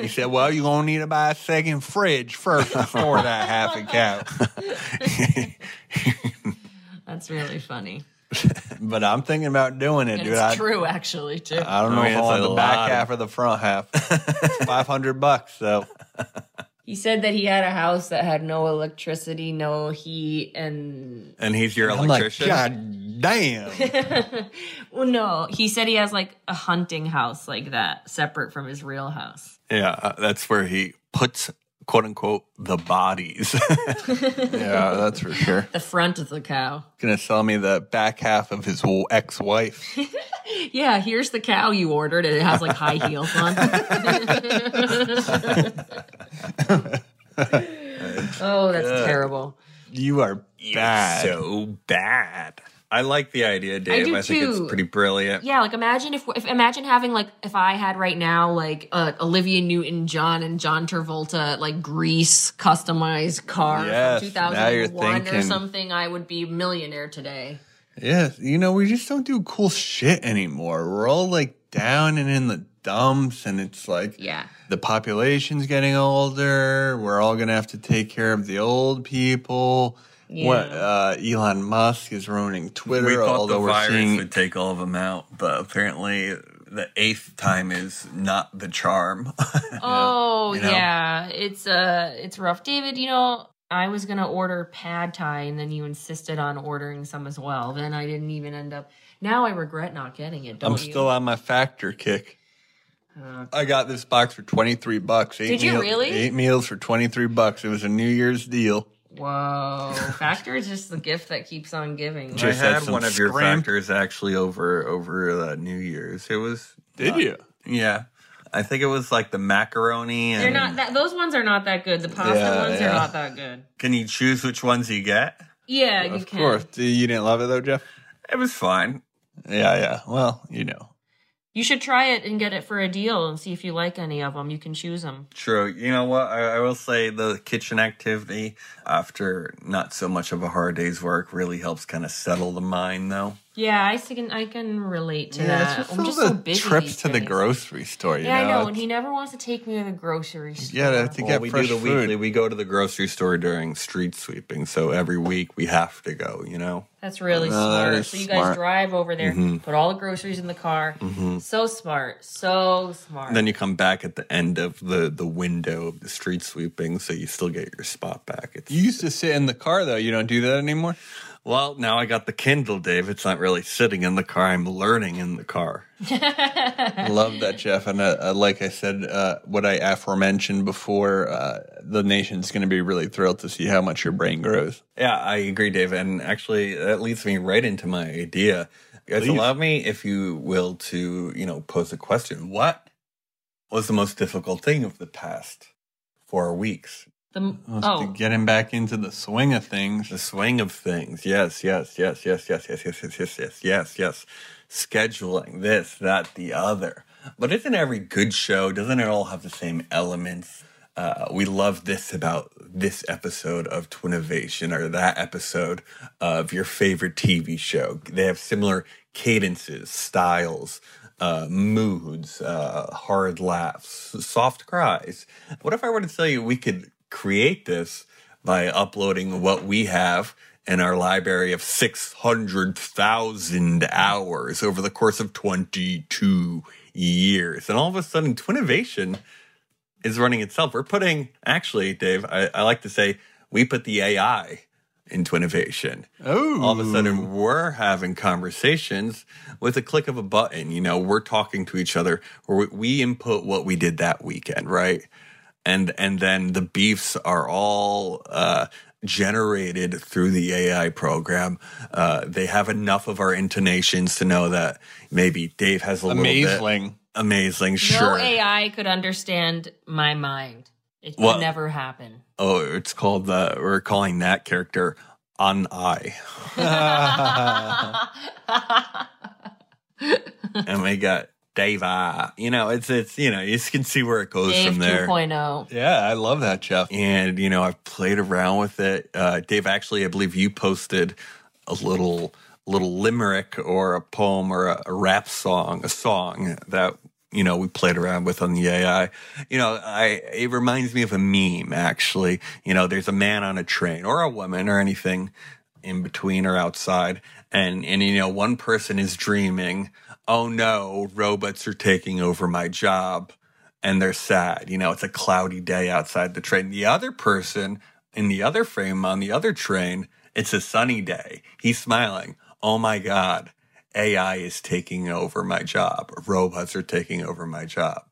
He said, Well, you're going to need to buy a second fridge first to store that half a cow. that's really funny. But I'm thinking about doing it, And dude. it's I, true, actually, too. I don't know I mean, if I it's want a the back lot half or the front half. It's 500 bucks. So, he said that he had a house that had no electricity, no heat, and and he's your I'm like, electrician God damn. well, no, he said he has like a hunting house like that, separate from his real house. yeah uh, that's where he puts quote unquote the bodies [LAUGHS] yeah, that's for sure. The front of the cow. Gonna sell me the back half of his ex wife. [LAUGHS] Yeah, here's the cow you ordered, and it has like high heels on. [LAUGHS] oh, that's terrible. You are bad. so bad i like the idea dave do i, think too. it's pretty brilliant Yeah, like imagine if, if imagine having like if I had right now like uh, Olivia Newton John and John Travolta like Grease customized car Yes, from now you're 2001 or thinking. something, I would be a millionaire today. Yeah, you know, we just don't do cool shit anymore. We're all like down and in the dumps, and it's like Yeah, the population's getting older. We're all gonna have to take care of the old people. What uh, Elon Musk is ruining Twitter, We thought although the we're virus seeing would take all of them out, but apparently the eighth time is not the charm. [LAUGHS] Oh You know? yeah, it's uh it's rough, David. You know, I was gonna order pad thai, and then you insisted on ordering some as well. Then I didn't even end up. Now I regret not getting it. Don't I'm you? still on my factor kick. Oh. I got this box for 23 bucks. Eight Did you meal- really? Eight meals for 23 bucks. It was a New Year's deal. Whoa, Factor is just the gift that keeps on giving. Just- had some scrimp. actually over over uh, New Year's. It was Did you? yeah. I think it was like the macaroni and They're not that. Those ones are not that good. The pasta Yeah, ones yeah. are not that good. Can you choose which ones you get? Yeah, you Of can. course. You didn't love it though, Jeff? It was fine. Yeah, yeah. Well, you know. You should try it and get it for a deal and see if you like any of them. You can choose them. True. You know what? I, I will say the kitchen activity after not so much of a hard day's work really helps kind of settle the mind, though. Yeah, I can I can relate to Yeah, it's that. just I'm all just the so busy. trips these to the days. grocery store. You Yeah, know? I know, and It's- he never wants to take me to the grocery store. yeah, to, to Well, get we do fresh the food. weekly. We go to the grocery store during street sweeping, so every week we have to go. You know, That's really No, that smart. is so you guys smart. Mm-hmm. drive over there, put all the groceries in the car. So smart, so smart. and then you come back at the end of the the window of the street sweeping, so you still get your spot back. It's, You used to sit in the car though. You don't do that anymore. well, now I got the Kindle, Dave. It's not really sitting in the car. I'm learning in the car. I love that, Jeff. And uh, uh, like I said, uh, what I aforementioned before, uh, the nation's going to be really thrilled to see how much your brain grows. Yeah, I agree, Dave. And actually, that leads me right into my idea. You guys, Please. allow me, if you will, to you know pose a question. What was the most difficult thing of the past four weeks? the, Well, it's oh, to Getting back into the swing of things. The swing of things. Yes, yes, yes, yes, yes, yes, yes, yes, yes, yes, yes, yes. Scheduling this, that, the other. But isn't every good show, doesn't it all have the same elements? Uh, we love this about this episode of Twinnovation or that episode of your favorite TV show. They have similar cadences, styles, uh, moods, uh, hard laughs, soft cries. What if I were to tell you we could create this by uploading what we have in our library of 600,000 hours over the course of 22 years. And all of a sudden, Twinnovation is running itself. We're putting, actually, Dave, I, I like to say, we put the AI in Twinnovation. Oh, All of a sudden, we're having conversations with a click of a button. You know, we're talking to each other, or we- we input what we did that weekend, right? and and then the beefs are all uh, generated through the AI program. Uh, they have enough of our intonations to know that maybe Dave has a little bit amazing. amazing. no Sure. AI could understand my mind. It would Well- never happen. oh, it's called the. We're calling that character on eye. and we got Dave Eye. You know, it's it's you know you can see where it goes Dave oh. from there. 2.0. Yeah, I love that, Jeff. and you know I've played around with it. Uh, Dave, actually, I believe you posted a little little limerick or a poem or a, a rap song, a song that you know we played around with on the AI. You know, I it reminds me of a meme actually. You know, there's a man on a train or a woman or anything in between or outside and and you know one person is dreaming oh no robots are taking over my job and they're sad. You know, it's a cloudy day outside the train. The other person in the other frame on the other train, it's a sunny day. He's smiling. Oh my God, AI is taking over my job. Robots are taking over my job.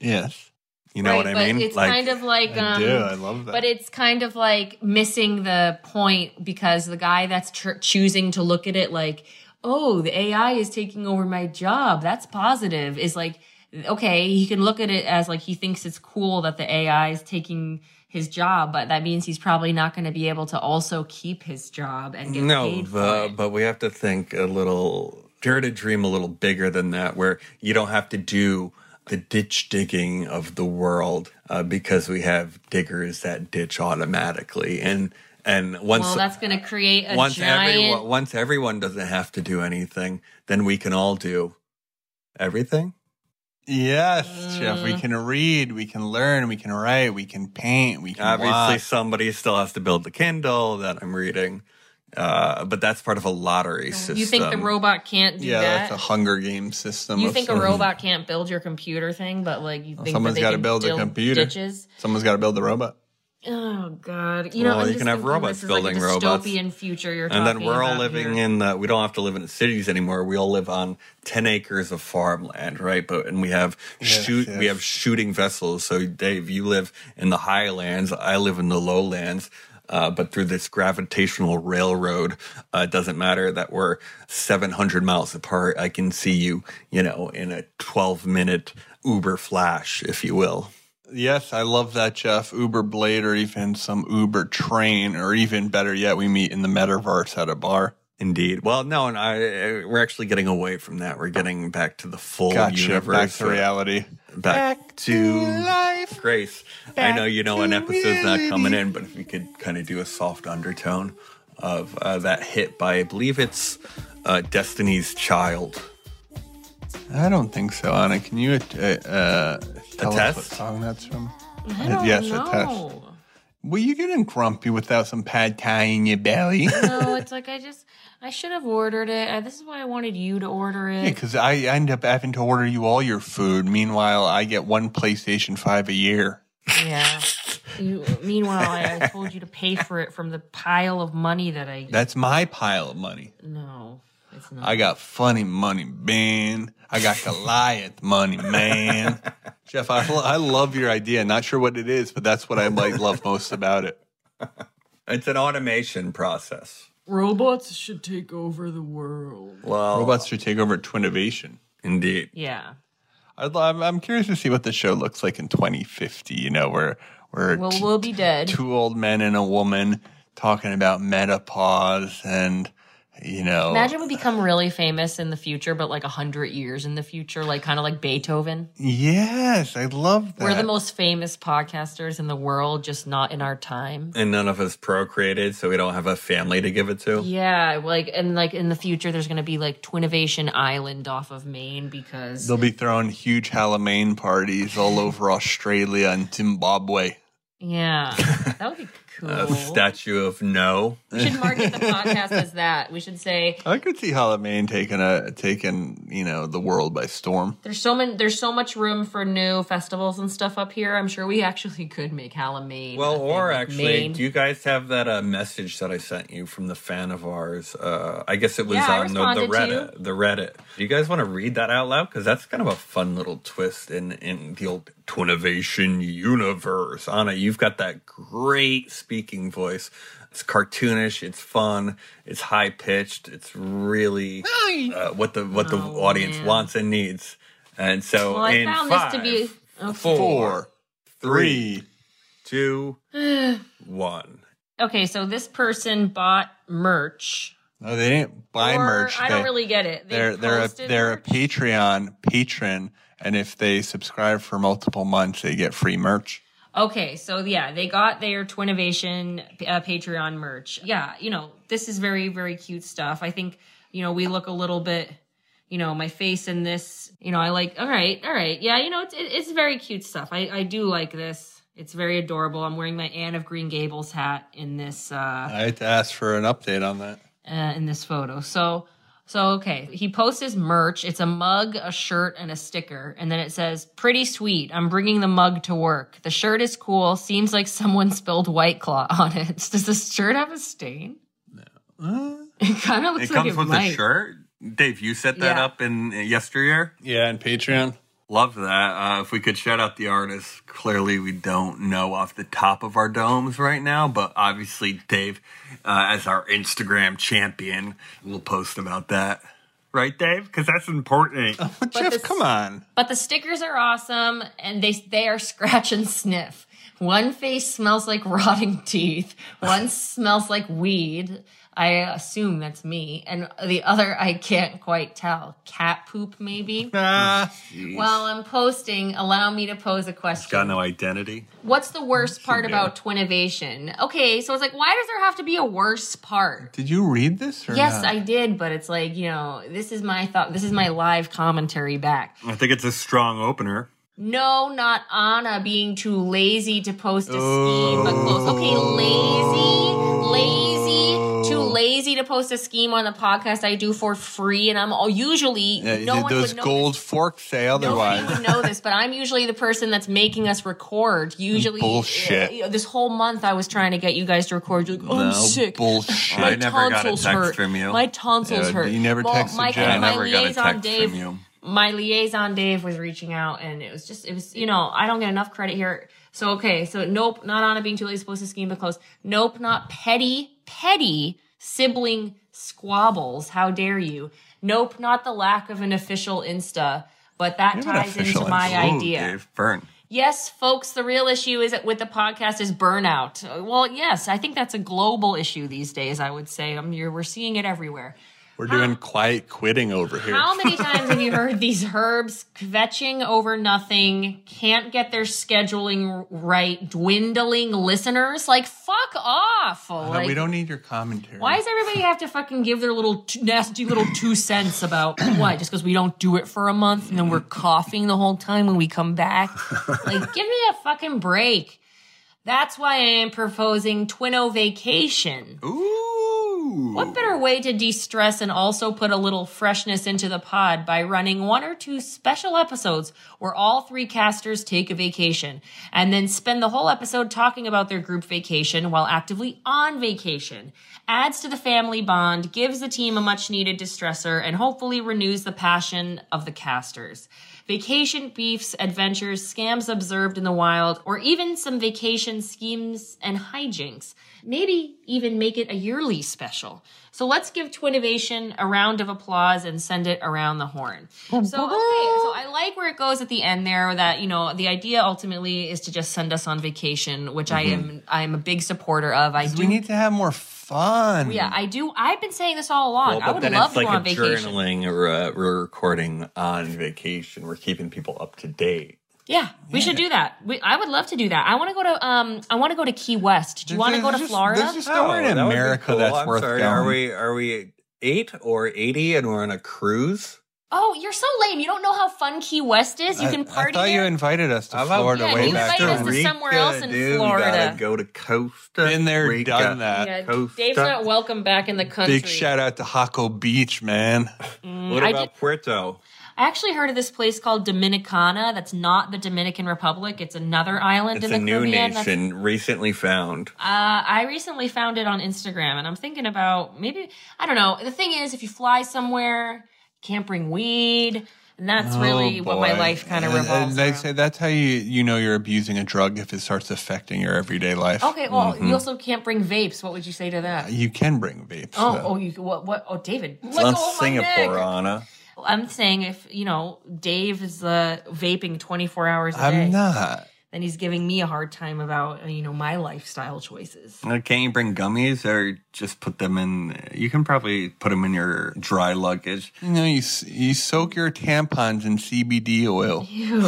Yes, You know right, what I but mean? It's kind of like I um, do. I love that. But it's kind of like missing the point because the guy that's tr- choosing to look at it like, oh, the AI is taking over my job. That's positive. Is like, okay, he can look at it as like he thinks it's cool that the AI is taking his job, but that means he's probably not going to be able to also keep his job and get no, paid for but, it. but we have to think a little, dare to dream a little bigger than that, where you don't have to do the ditch digging of the world uh, because we have diggers that ditch automatically. And and once well, that's going to create a once giant. everyone once everyone doesn't have to do anything, then we can all do everything. yes, Jeff. Mm. We can read, we can learn, we can write, we can paint, we can Obviously, watch. somebody still has to build the Kindle that I'm reading, uh, but that's part of a lottery system. you think the robot can't do um, Yeah, that? that's a Hunger Game system. You of think a sorts. robot can't build your computer thing, but like you think that someone's they gotta can build a computer. Ditches? Someone's got to build the robot. Oh god! You know, Well, I'm you just can have thinking robots this is building like a robots. dystopian future. You're and then talking we're all about living here. in the we don't have to live in cities anymore we all live on 10 acres of farmland right but and we have shoot we yes. have shooting vessels so dave you live in the highlands i live in the lowlands uh, but through this gravitational railroad uh, it doesn't matter that we're 700 miles apart i can see you you know in a 12 minute uber flash if you will Yes, I love that, Jeff. Uber Blade, or even some Uber train, or even better yet, we meet in the metaverse at a bar. Indeed. Well, no, and I I- we're actually getting away from that. We're getting back to the full Gotcha. universe, Back to uh, reality. Back, to life, Grace. I know you know an episode's not coming in, but if we could kind of do a soft undertone of uh, that hit by, I believe it's uh, Destiny's Child. I don't think so, Anna. Can you uh, uh, tell us what test? song that's from? I don't yes, a test. know. Well, you're getting grumpy without some pad thai in your [LAUGHS] belly. No, it's like I just I should have ordered it. I, this is why I wanted you to order it. Yeah, because I end up having to order you all your food. Meanwhile, I get one PlayStation 5 a year. Yeah. You, meanwhile, I, I told you to pay for it from the pile of money that I. That's my pile of money. no, it's not. I got funny money, Ben. I got Goliath [LAUGHS] money, man. Jeff, I, lo- I love your idea. Not sure what it is, but that's what I might love most about it. [LAUGHS] It's an automation process. Robots should take over the world. Well, Robots should take over Twinnovation. indeed. Yeah. I'd, lo- I'm, I'm curious to see what the show looks like in 2050. You know, where where Well, t- we'll be dead. two old men and a woman talking about menopause and you Oh. know Imagine we become really famous in the future, but like a hundred years in the future, like kind of like Beethoven. Yes, I love that. We're the most famous podcasters in the world, just not in our time. And none of us procreated, so we don't have a family to give it to. Yeah, like and like in the future, there's gonna be like Twinnovation Island off of Maine because They'll be throwing huge Halloween parties all over Australia and Zimbabwe. [LAUGHS] yeah, [LAUGHS] that would be cool. A statue of no. we should market the podcast as that. We should say I could see Halloween taking a taking you know the world by storm. there's so many, there's so much room for new festivals and stuff up here. I'm sure we actually could make Halloween. Well, a thing, or like actually, Maine. do you guys have that uh, message that I sent you from the fan of ours? Uh, I guess it was Yeah, I on the, the responded to Reddit. The Reddit. Do you guys want to read that out loud? Because that's kind of a fun little twist in in the old Twinnovation universe. Anna, you've got that great speaking voice. It's cartoonish. It's fun. It's high pitched. It's really uh, what the what the Oh, audience wants and needs. And so, well, I in found five, this to be okay. Four, three. two, [SIGHS] one. okay. So this person bought merch. No, they didn't buy or, merch. I don't They- really get it. They they're they're a, posted they're a merch. Patreon patron, and if they subscribe for multiple months, they get free merch. Okay, so yeah, they got their Twinnovation uh, Patreon merch. Yeah, you know, this is very, very cute stuff. I think, you know, we look a little bit, you know, my face in this, you know, I like, all right, all right. Yeah, you know, it's, it, it's very cute stuff. I, I do like this. It's very adorable. I'm wearing my Anne of Green Gables hat in this, uh, I had to ask for an update on that. uh in this photo. So, so okay, he posts his merch. It's a mug, a shirt, and a sticker, and then it says, "Pretty sweet. I'm bringing the mug to work. The shirt is cool. Seems like someone [LAUGHS] spilled White Claw on it. [LAUGHS] Does this shirt have a stain? No. It kind of looks It like comes it with might. a shirt. Dave, you set that Yeah. up in yesteryear. Yeah, and Patreon. Love that. Uh, if we could shout out the artist, clearly we don't know off the top of our domes right now, but obviously Dave, uh, as our Instagram champion, will post about that. Right, Dave? Because that's [LAUGHS] important. But Jeff, this- come on. But the stickers are awesome, and they they are [LAUGHS] scratch and sniff. One face smells like [LAUGHS] rotting teeth. One smells like weed. I assume that's me, and the other I can't quite tell. Cat poop, maybe. Ah, While I'm posting, allow me to pose a question. Got no identity. What's the worst part about Twinnovation? Okay, so it's like, why does there have to be a worse part? did you read this? Or Yes, not? I did, but it's like, you know, this is my thought. This is my live commentary back. I think it's a strong opener. No, not Anna being too lazy to post a scheme. But close. Okay, lazy, lazy, too lazy to post a scheme on the podcast I do for free, and I'm all usually Yeah, no one those would know. gold forks say Nobody otherwise. would know this, but [LAUGHS] I'm usually the person that's making us record. Usually, Bullshit. Yeah, this whole month I was trying to get you guys to record. You're like, oh, I'm No sick. bullshit. My I never got a tonsils text hurt. from you. My tonsils Yeah, hurt. you never well, texted my, Jen. I my never got a text liaison from Dave, you. My liaison Dave was reaching out, and it was just, it was, you know, I don't get enough credit here. So okay, so nope, not Anna being too late supposed to scheme but close. Nope, not petty, petty sibling squabbles. How dare you? Nope, not the lack of an official Insta, but that have an ties into official my Insta. idea. Dave, burn. Yes, folks, the real issue is with the podcast is burnout. Uh, Well, yes, I think that's a global issue these days. I would say um, you're, we're seeing it everywhere. We're doing quiet quitting over here. How many times have you heard these herbs kvetching over nothing, can't get their scheduling right, dwindling listeners? Like, fuck off. Uh, Like, we don't need your commentary. why does everybody have to fucking give their little t- nasty little two cents about [CLEARS THROAT] what? Just because we don't do it for a month and then we're coughing the whole time when we come back? Like, give me a fucking break. That's why I am proposing Twino Vacation. Ooh. What better way to de stress and also put a little freshness into the pod by running one or two special episodes where all three casters take a vacation and then spend the whole episode talking about their group vacation while actively on vacation? Adds to the family bond, gives the team a much needed distressor, and hopefully renews the passion of the casters. Vacation beefs, adventures, scams observed in the wild, or even some vacation schemes and hijinks. Maybe even make it a yearly special. So let's give Twinnovation a round of applause and send it around the horn. Oh, So, okay, so I like where it goes at the end there that, you know, the idea ultimately is to just send us on vacation, which I Mm-hmm. am I am a big supporter of. I do We need to have more fun. yeah, I do I've been saying this all along. Well, I but would then love it's to like go on a vacation. journaling or uh, we're recording on vacation. We're keeping people up to date. Yeah, we should do that. We, I would love to do that. I want to go to um, I want to go to Key West. Do you want to There's go to just- Florida? There's just nowhere Oh, in that would be America cool. that's I'm worth sorry, going. Are we are we eight or eighty and we're on a cruise? oh, you're so lame. You don't know how fun Key West is. You I- can I party thought there. you invited us to How about Florida Yeah, way you back invited us then. to somewhere else in dude, Florida. We gotta go to Costa. Been there, Rica. done that. Yeah, Costa. Dave's not welcome back in the country. Mm. Big shout out to Hako Beach, man. What I about Puerto? I actually heard of this place called Dominicana. That's not the Dominican Republic. It's another island It's in a the new Caribbean. That's- nation recently found. Uh, I recently found it on Instagram, and I'm thinking about maybe I don't know. The thing is, if you fly somewhere, you can't bring weed, and that's really Oh, what my boy. life kind of And- revolves and they around. say that's how you you know you're abusing a drug if it starts affecting your everyday life. okay, well, Mm-hmm. you also can't bring vapes. What would you say to that? You can bring vapes. Oh, though. oh, you what? What? Oh, David, It's let not go of my neck. Singapore, Anna. I'm saying if you know Dave is uh, vaping 24 hours a day, I'm not. then he's giving me a hard time about uh, you know my lifestyle [LAUGHS] choices. Uh, Can't you bring gummies or just put them in? You can probably put them in your dry luggage. You know, you s- you soak your tampons in CBD oil. Ew.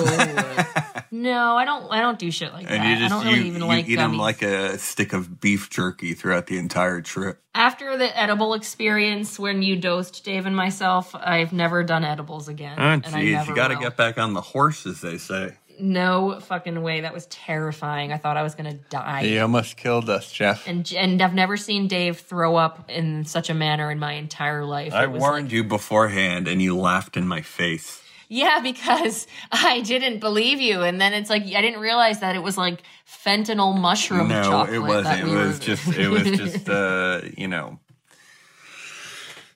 no, I don't. I don't do shit like that. And you I just don't really you, even you like eat them gummies. like a stick of beef jerky throughout the entire trip. After the edible experience when you dosed Dave and myself, I've never done edibles again. Oh, and I jeez, never you got to will. get back on the horse, as they say. No fucking way. That was terrifying. I thought I was gonna die. You almost killed us, Jeff. And and I've never seen Dave throw up in such a manner in my entire life. I It was warned you beforehand, and you laughed in my face. Yeah, [LAUGHS] because I didn't believe you, and then it's like I didn't realize that it was like fentanyl mushroom. No, chocolate it that wasn't. It we were- was just. It was [LAUGHS] just. Uh, you know,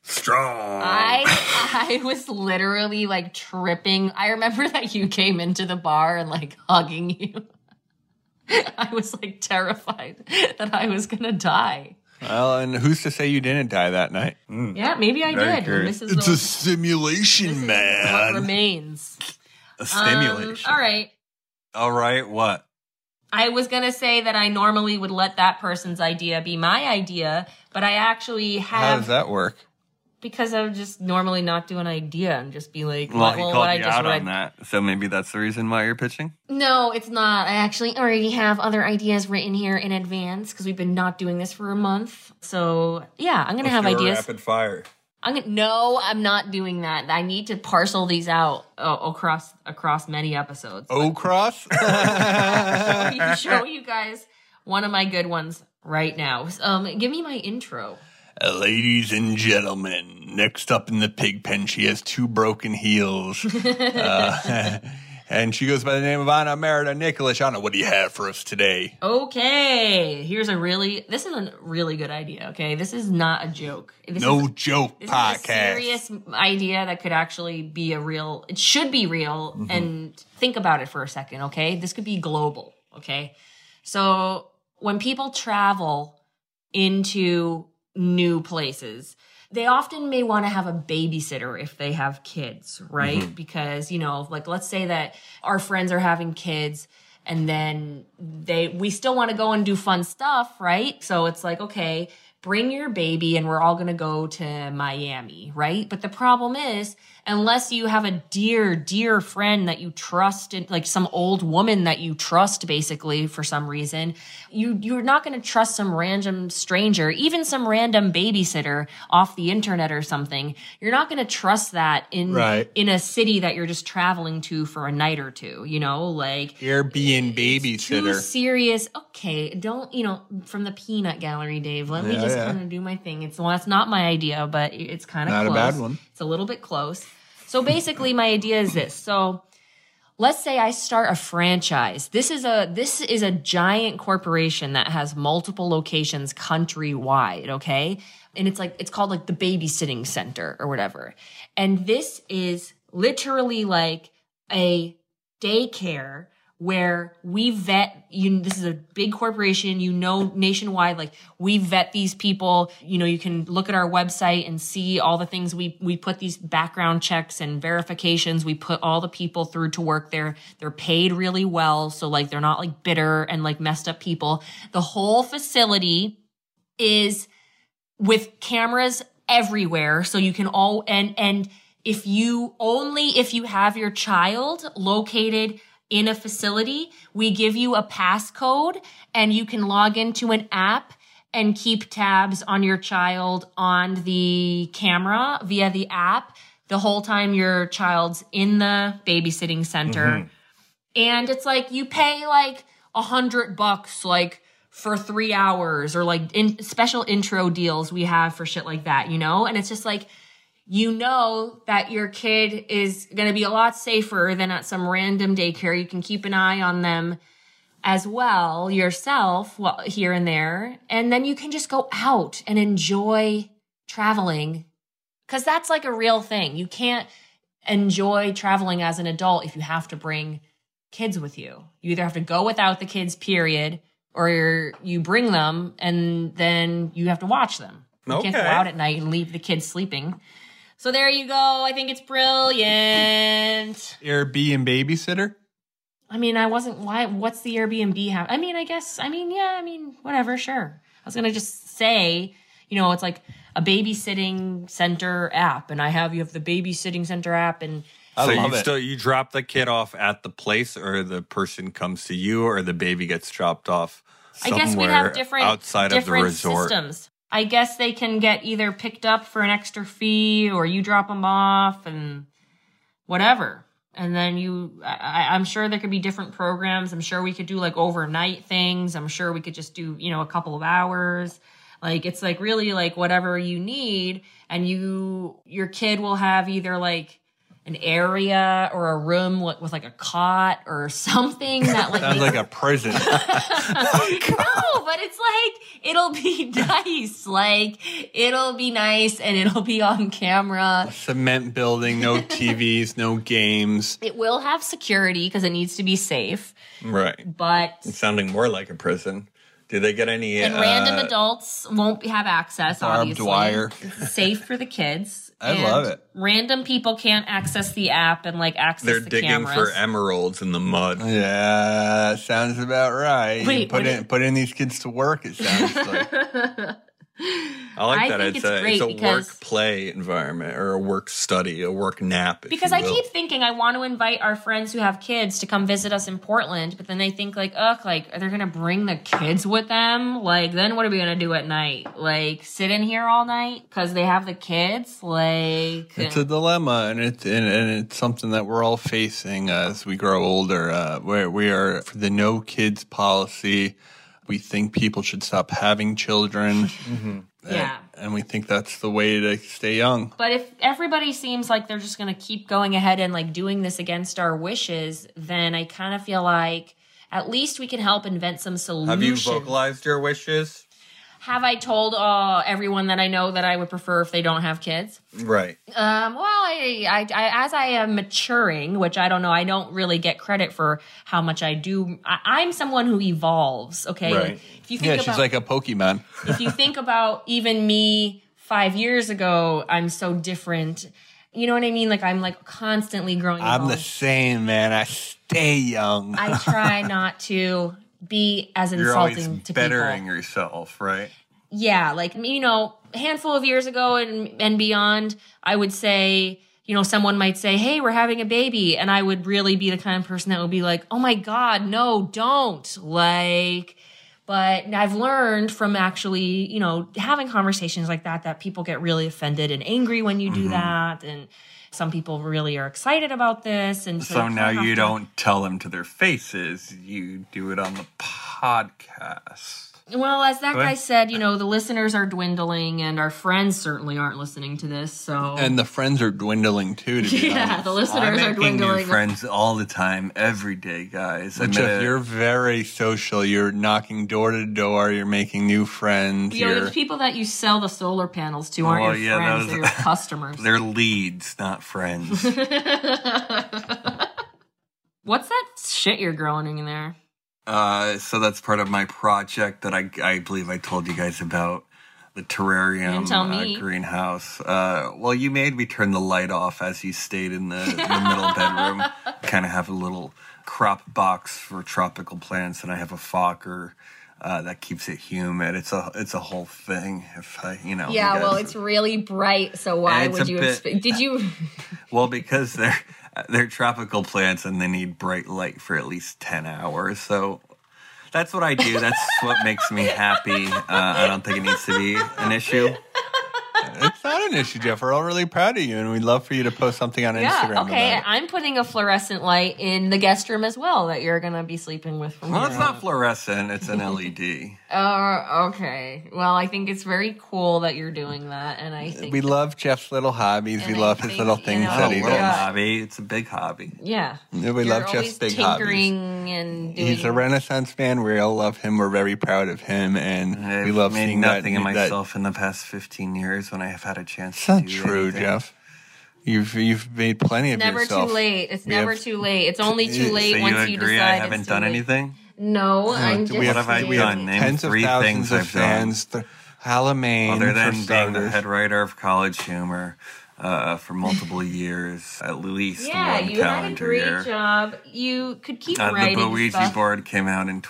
strong. I I was literally like tripping. I remember that you came into the bar and like hugging you. [LAUGHS] I was like terrified that I was gonna die. Well, and who's to say you didn't die that night? Yeah, maybe I Hmm. Very did. curious. This is the- simulation, what remains. a Um, stimulation. all right. All right. What? I was gonna say that I normally would let that person's idea be my idea, but I actually How have does that work? because I would just normally not do an idea and just be like, Well, well, he well, what called I you just out read. on that, so maybe that's the reason why you're pitching. No, it's not. I actually already have other ideas written here in advance because we've been not doing this for a month. So yeah, I'm gonna have ideas. fire. I'm gonna, no, I'm not doing that. I need to parcel these out uh, across across many episodes. Oh. [LAUGHS] O [LAUGHS] cross. I'll show you guys one of my good ones right now. Um, give me my intro. Ladies and gentlemen, next up in the pig pen, she has two [LAUGHS] broken heels. Uh, [LAUGHS] and she goes by the name of Anna Merida Nicholas. Anna, what do you have for us today? Okay, here's a really this is a really good idea. Okay, this is not a joke. This is No joke This podcast. is a serious idea that could actually be a real. It should be real. And think about it for a second, okay? This could be global, okay? So when people travel into new places, they often may want to have a babysitter if they have kids, right? Because, you know, like let's say that our friends are having kids and then they we still want to go and do fun stuff, right? So it's like, okay, bring your baby and we're all going to go to Miami, right? But the problem is, unless you have a dear, dear friend that you trust and like some old woman that you trust basically for some reason, you, you're not going to trust some random stranger, even some random babysitter off the internet or something. You're not going to trust that in, Right. in a city that you're just traveling to for a night or two, you know, like Airbnb too babysitter. serious. Okay, don't you know from the peanut gallery, Dave. Let me Yeah, just yeah. kind of do my thing. It's well, that's not my idea, but it- it's kind of Not a close. bad one. It's a little bit close. So basically, my idea is this. So let's say I start a franchise. This is a this is a giant corporation that has multiple locations countrywide, okay? And it's like it's called like the babysitting center or whatever. And this is literally like a daycare where we vet you this is a big corporation you know nationwide like we vet these people you know you can look at our website and see all the things we we put these background checks and verifications we put all the people through to work there they're paid really well so like they're not like bitter and like messed up people the whole facility is with cameras everywhere so you can all and and if you only if you have your child located in a facility we give you a passcode and you can log into an app and keep tabs on your child on the camera via the app the whole time your child's in the babysitting center and it's like you pay like a hundred bucks like for three hours or like in special intro deals we have for shit like that you know and it's just like you know that your kid is going to be a lot safer than at some random daycare you can keep an eye on them as well yourself well, here and there and then you can just go out and enjoy traveling because that's like a real thing you can't enjoy traveling as an adult if you have to bring kids with you. You either have to go without the kids, period, or you're, you bring them and then you have to watch them. You can't go Okay. out at night and leave the kids sleeping. So there you go. I think it's brilliant. Airbnb babysitter. I mean, I wasn't. Why? What's the Airbnb have? I mean, I guess. I mean, yeah. I mean, whatever. Sure. I was gonna just say, you know, it's like a babysitting center app, and I have you have the babysitting center app, and I so love you it. still you drop the kid off at the place, or the person comes to you, or the baby gets dropped off. I guess we'd somewhere have different outside different of the resort. systems. I guess they can get either picked up for an extra fee, or you drop them off, and whatever. And then you, I, I- I'm sure there could be different programs. I'm sure we could do like overnight things. I'm sure we could just do you know a couple of hours. Like it's like really like whatever you need, and you your kid will have either like an area or a room with, with like a cot or [LAUGHS] something that like Sounds makes like a [LAUGHS] prison. no, but it's like it'll be [LAUGHS] nice. Like it'll be nice and it'll be on camera. Cement building, no TVs, no games. It will have security because it needs to be safe, Right, but sounding more like a prison. Do they get any? and uh, random adults won't have access. barbed obviously, wire. It's safe for [LAUGHS] the kids. I and love it. Random people can't access the app and like access They're the digging cameras. for emeralds in the mud. Yeah, that sounds about right. You Wait, put what in put in these kids to work. It sounds like [LAUGHS] I like I that. think It's, it's a, great it's a because- work play environment or a work study, a work nap. if because you I will. keep thinking I want to invite our friends who have kids to come visit us in Portland, but then I think like, ugh, like are they gonna bring the kids with them? Like then what are we gonna do at night? Like sit in here all night because they have the kids? Like it's a dilemma, and it's and, and it's something that we're all facing as we grow older. Uh, where we are for the no kids policy, we think people should stop having [LAUGHS] children, yeah. and we think that's the way to stay young. But if everybody seems like they're just going to keep going ahead and like doing this against our wishes, then I kind of feel like at least we can help invent some solutions. Have you vocalized your wishes? Have I told uh, everyone that I know that I would prefer if they don't have kids? Right. Um, well, I, I, I, as I am maturing, which I don't know, I don't really get credit for how much I do. I, I'm someone who evolves. Okay, Right. if you think Yeah, about, she's like a Pokemon. if you think about even me five years ago, I'm so different. You know what I mean? Like I'm like constantly growing. I'm the evolving. same, man. I stay young. I try not to be as You're always insulting to bettering people. yourself, right? Yeah, like you know, a handful of years ago and and beyond, I would say, you know, someone might say, "Hey, we're having a baby," and I would really be the kind of person that would be like, "Oh my god, no, don't!" Like, but I've learned from actually, you know, having conversations like that that people get really offended and angry when you do Mm-hmm. that, and some people really are excited about this, and so, So you now have you to- don't tell them to their faces. You do it on the podcast. Well, as that guy ahead. said, you know, the listeners are dwindling and our friends certainly aren't listening to this. So, and the friends are dwindling too. To [LAUGHS] be yeah, honest. the I'm listeners are making new dwindling. friends all the time, every day, guys. I Which met if a- you're very social, you're knocking door to door, you're making new friends. You know, you're, the people that you sell the solar panels to aren't Well, your yeah, friends, those- they're your customers. they're leads, [LAUGHS] not friends. What's that shit you're growing in there? Uh, so that's part of my project that I, I believe I told you guys about the terrarium didn't tell uh, me. greenhouse. Uh, well, you made me turn the light off as you stayed in the, in the middle bedroom. [LAUGHS] Kind of have a little crop box for tropical plants, and I have a Fokker. Uh, that keeps it humid. It's a it's a whole thing. If Oh I, you know, you guys- really bright, so And it's would a you bit- expe- Did you? well, because they're they're tropical plants and they need bright light for at least ten hours. So that's what I do. That's what makes [LAUGHS] me happy. Uh, I don't think it needs to be an issue. it's not an issue, Jeff. We're all really proud of you, and we'd love for you to post something on Yeah, Instagram. okay. about it. I'm putting a fluorescent light in the guest room as well that you're going to be sleeping with from Well, here it's on. not fluorescent. [LAUGHS] It's an LED. Oh, okay. Well, I think it's very cool that you're doing that, and I think We love Jeff's little hobbies. And we I love his think, little you things know, Not that a he little does. yeah. hobby. It's a big hobby. yeah, Yeah, we You're love Jeff's always big hobbies. tinkering and doing. He's a Renaissance man. We all love him. We're very proud of him, and I've we love made seeing that. nothing in that- myself in the past 15 years when I have had a chance It's to not do true, anything. Jeff. You've you've made plenty of Never yourself. too late. It's We never have- too late. It's only too So late you once agree you decide. I it's haven't too done late. anything? No, I'm Look, just. we What have I doing- done? Name Tens of three thousands things of I've done. fans. The Alamein, Other for than being the starters. head writer of College Humor uh, for multiple [LAUGHS] years, at least Yeah, one you had a calendar great year. job. You could keep Uh, the writing Bowie stuff. board came out in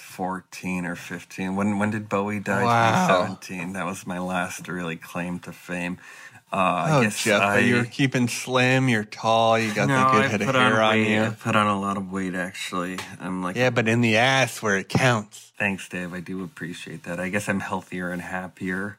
2014 or 15. When when did Bowie die? Wow. 2017. That was my last really claim to fame. Uh, I Oh, guess Jeff, I, but you're keeping slim. You're tall. You got no, the good I head of put on hair on weight. I you. put on a lot of weight actually. I'm like, Yeah, but in the ass where it counts. thanks, Dave. I do appreciate that. I guess I'm healthier and happier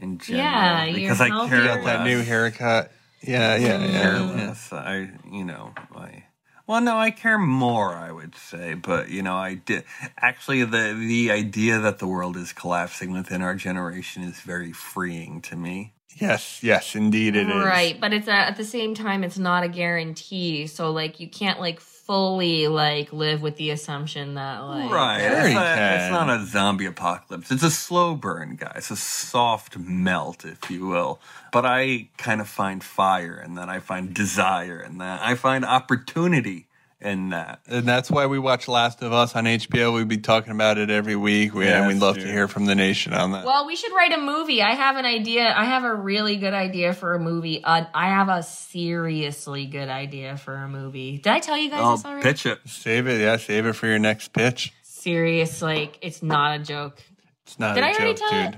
in general Yeah, you're because I care healthier. Got that less. new haircut. Yeah, yeah, care yeah. less. I, you know, I. Well, no, I care more. I would say, but you know, I did actually the the idea that the world is collapsing within our generation is very freeing to me. Yes, yes, indeed it is. right but it's a, at the same time it's not a guarantee so like you can't like fully like live with the assumption that like Right? Sure It's you not, can. it's not a zombie apocalypse. It's a slow burn, guys. A soft melt, if you will. But I kind of find fire in that. I find desire in that. I find opportunity in that. And that's why we watch Last of Us on HBO. We'd be talking about it every week. We, and Yes, we'd love dude. to hear from the nation on that. well we should write a movie i have an idea i have a really good idea for a movie uh, i have a seriously good idea for a movie did i tell you guys I'll this already Oh, pitch it. save it. Yeah, save it for your next pitch. serious like it's not a joke It's not Did a I already joke, tell it? dude.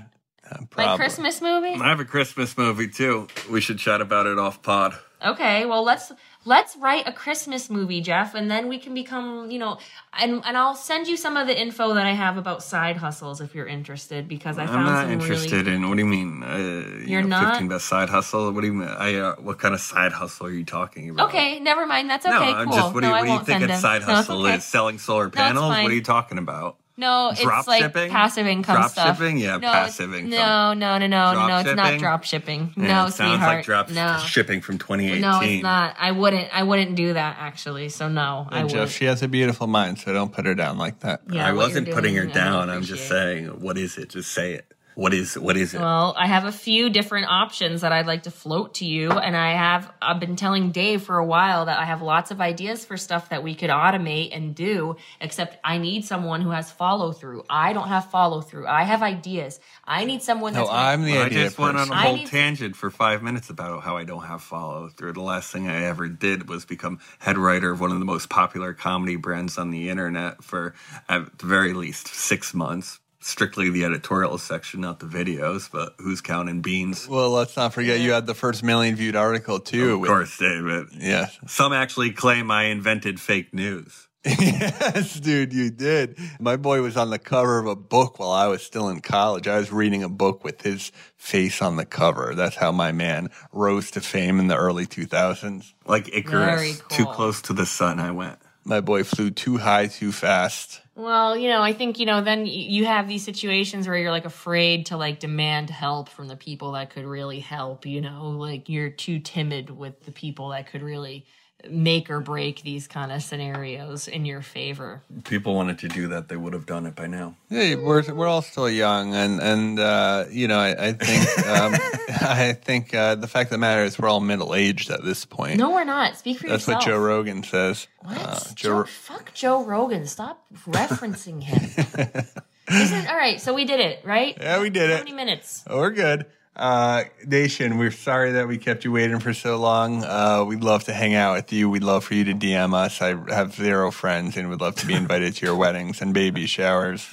Uh, like probably. christmas movie I have a Christmas movie too. We should chat about it off pod. Okay, well let's let's write a Christmas movie, Jeff, and then we can become, you know, and and I'll send you some of the info that I have about side hustles if you're interested because I I'm found not some interested really in. What do you mean? Uh, you You're know, not? 15 best side hustle. What do you mean? I uh, what kind of side hustle are you talking about? Okay, never mind. That's okay. No, cool. I'm just. What do you, no, I what do you won't think send a him. [LAUGHS] side No, it's hustle okay. is? Selling solar panels? what fine. are you talking about? No, it's Drop like shipping? passive income Drop stuff. shipping? Yeah, no, passive it's- No, income. no, no, no, no, Drop no. It's not shipping? drop shipping. Yeah, no, it sounds sweetheart. like drop no. shipping from 2018. No, it's not. I wouldn't. I wouldn't do that actually. So no, I And Jeff, would. she has a beautiful mind, so don't put her down like that. Yeah, I what you're wasn't putting her doing, I don't down. I'm just appreciate. saying, what is it? Just say it. What is what is it? Well, I have a few different options that I'd like to float to you, and I have I've been telling Dave for a while that I have lots of ideas for stuff that we could automate and do, except I need someone who has follow through. I don't have follow through. I have ideas. I need someone No, that's gonna- I'm the I idea just went on person. a I whole need- tangent for five minutes about how I don't have follow through. The last thing I ever did was become head writer of one of the most popular comedy brands on the internet for at the very least six months. Strictly the editorial section, not the videos, but who's counting beans? Well, let's not forget you had the first million viewed article too. Of with- course, David. Yes. Some actually claim I invented fake news. [LAUGHS] yes, dude, you did. My boy was on the cover of a book while I was still in college. I was reading a book with his face on the cover. That's how my man rose to fame in the early 2000s. Like Very Icarus, cool. too close to the sun, I went. My boy flew too high too fast. Well, you know, I think, you know, then y- you have these situations where you're like afraid to like demand help from the people that could really help, you know, like you're too timid with the people that could really make or break these kind of scenarios in your favor. People wanted to do that, they would have done it by now. Hey, we're we're all still young, and and uh, you know I, I think um, [LAUGHS] I think uh, the fact of the matter is we're all middle aged at this point. No, we're not. Speak for That's yourself. what Joe Rogan says. What? Uh, Joe, Joe, fuck Joe Rogan. Stop referencing him. [LAUGHS] Isn't, all right, so we did it, right? yeah, we did How it. many minutes? Oh, we're good. Uh, Nation, we're sorry that we kept you waiting for so long. Uh, we'd love to hang out with you. We'd love for you to DM us. I have zero friends and would love to be invited to your weddings and baby showers.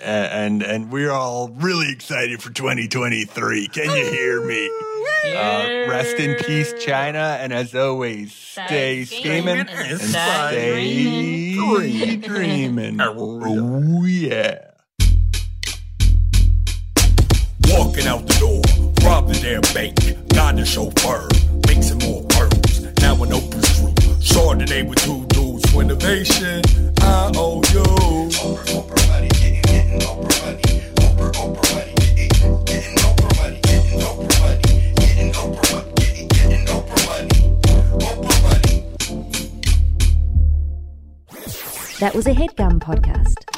A- And and we're all really excited for 2023. Can you hear me? Uh, rest in peace, China. And as always, stay scheming scheming and and stay stay dreaming. Oh, yeah. Walking out the door, robbed the damn bank, got the chauffeur, mixing more pearls. Now an open screw. Saw today with two dudes for innovation. I owe you. That was a headgum podcast.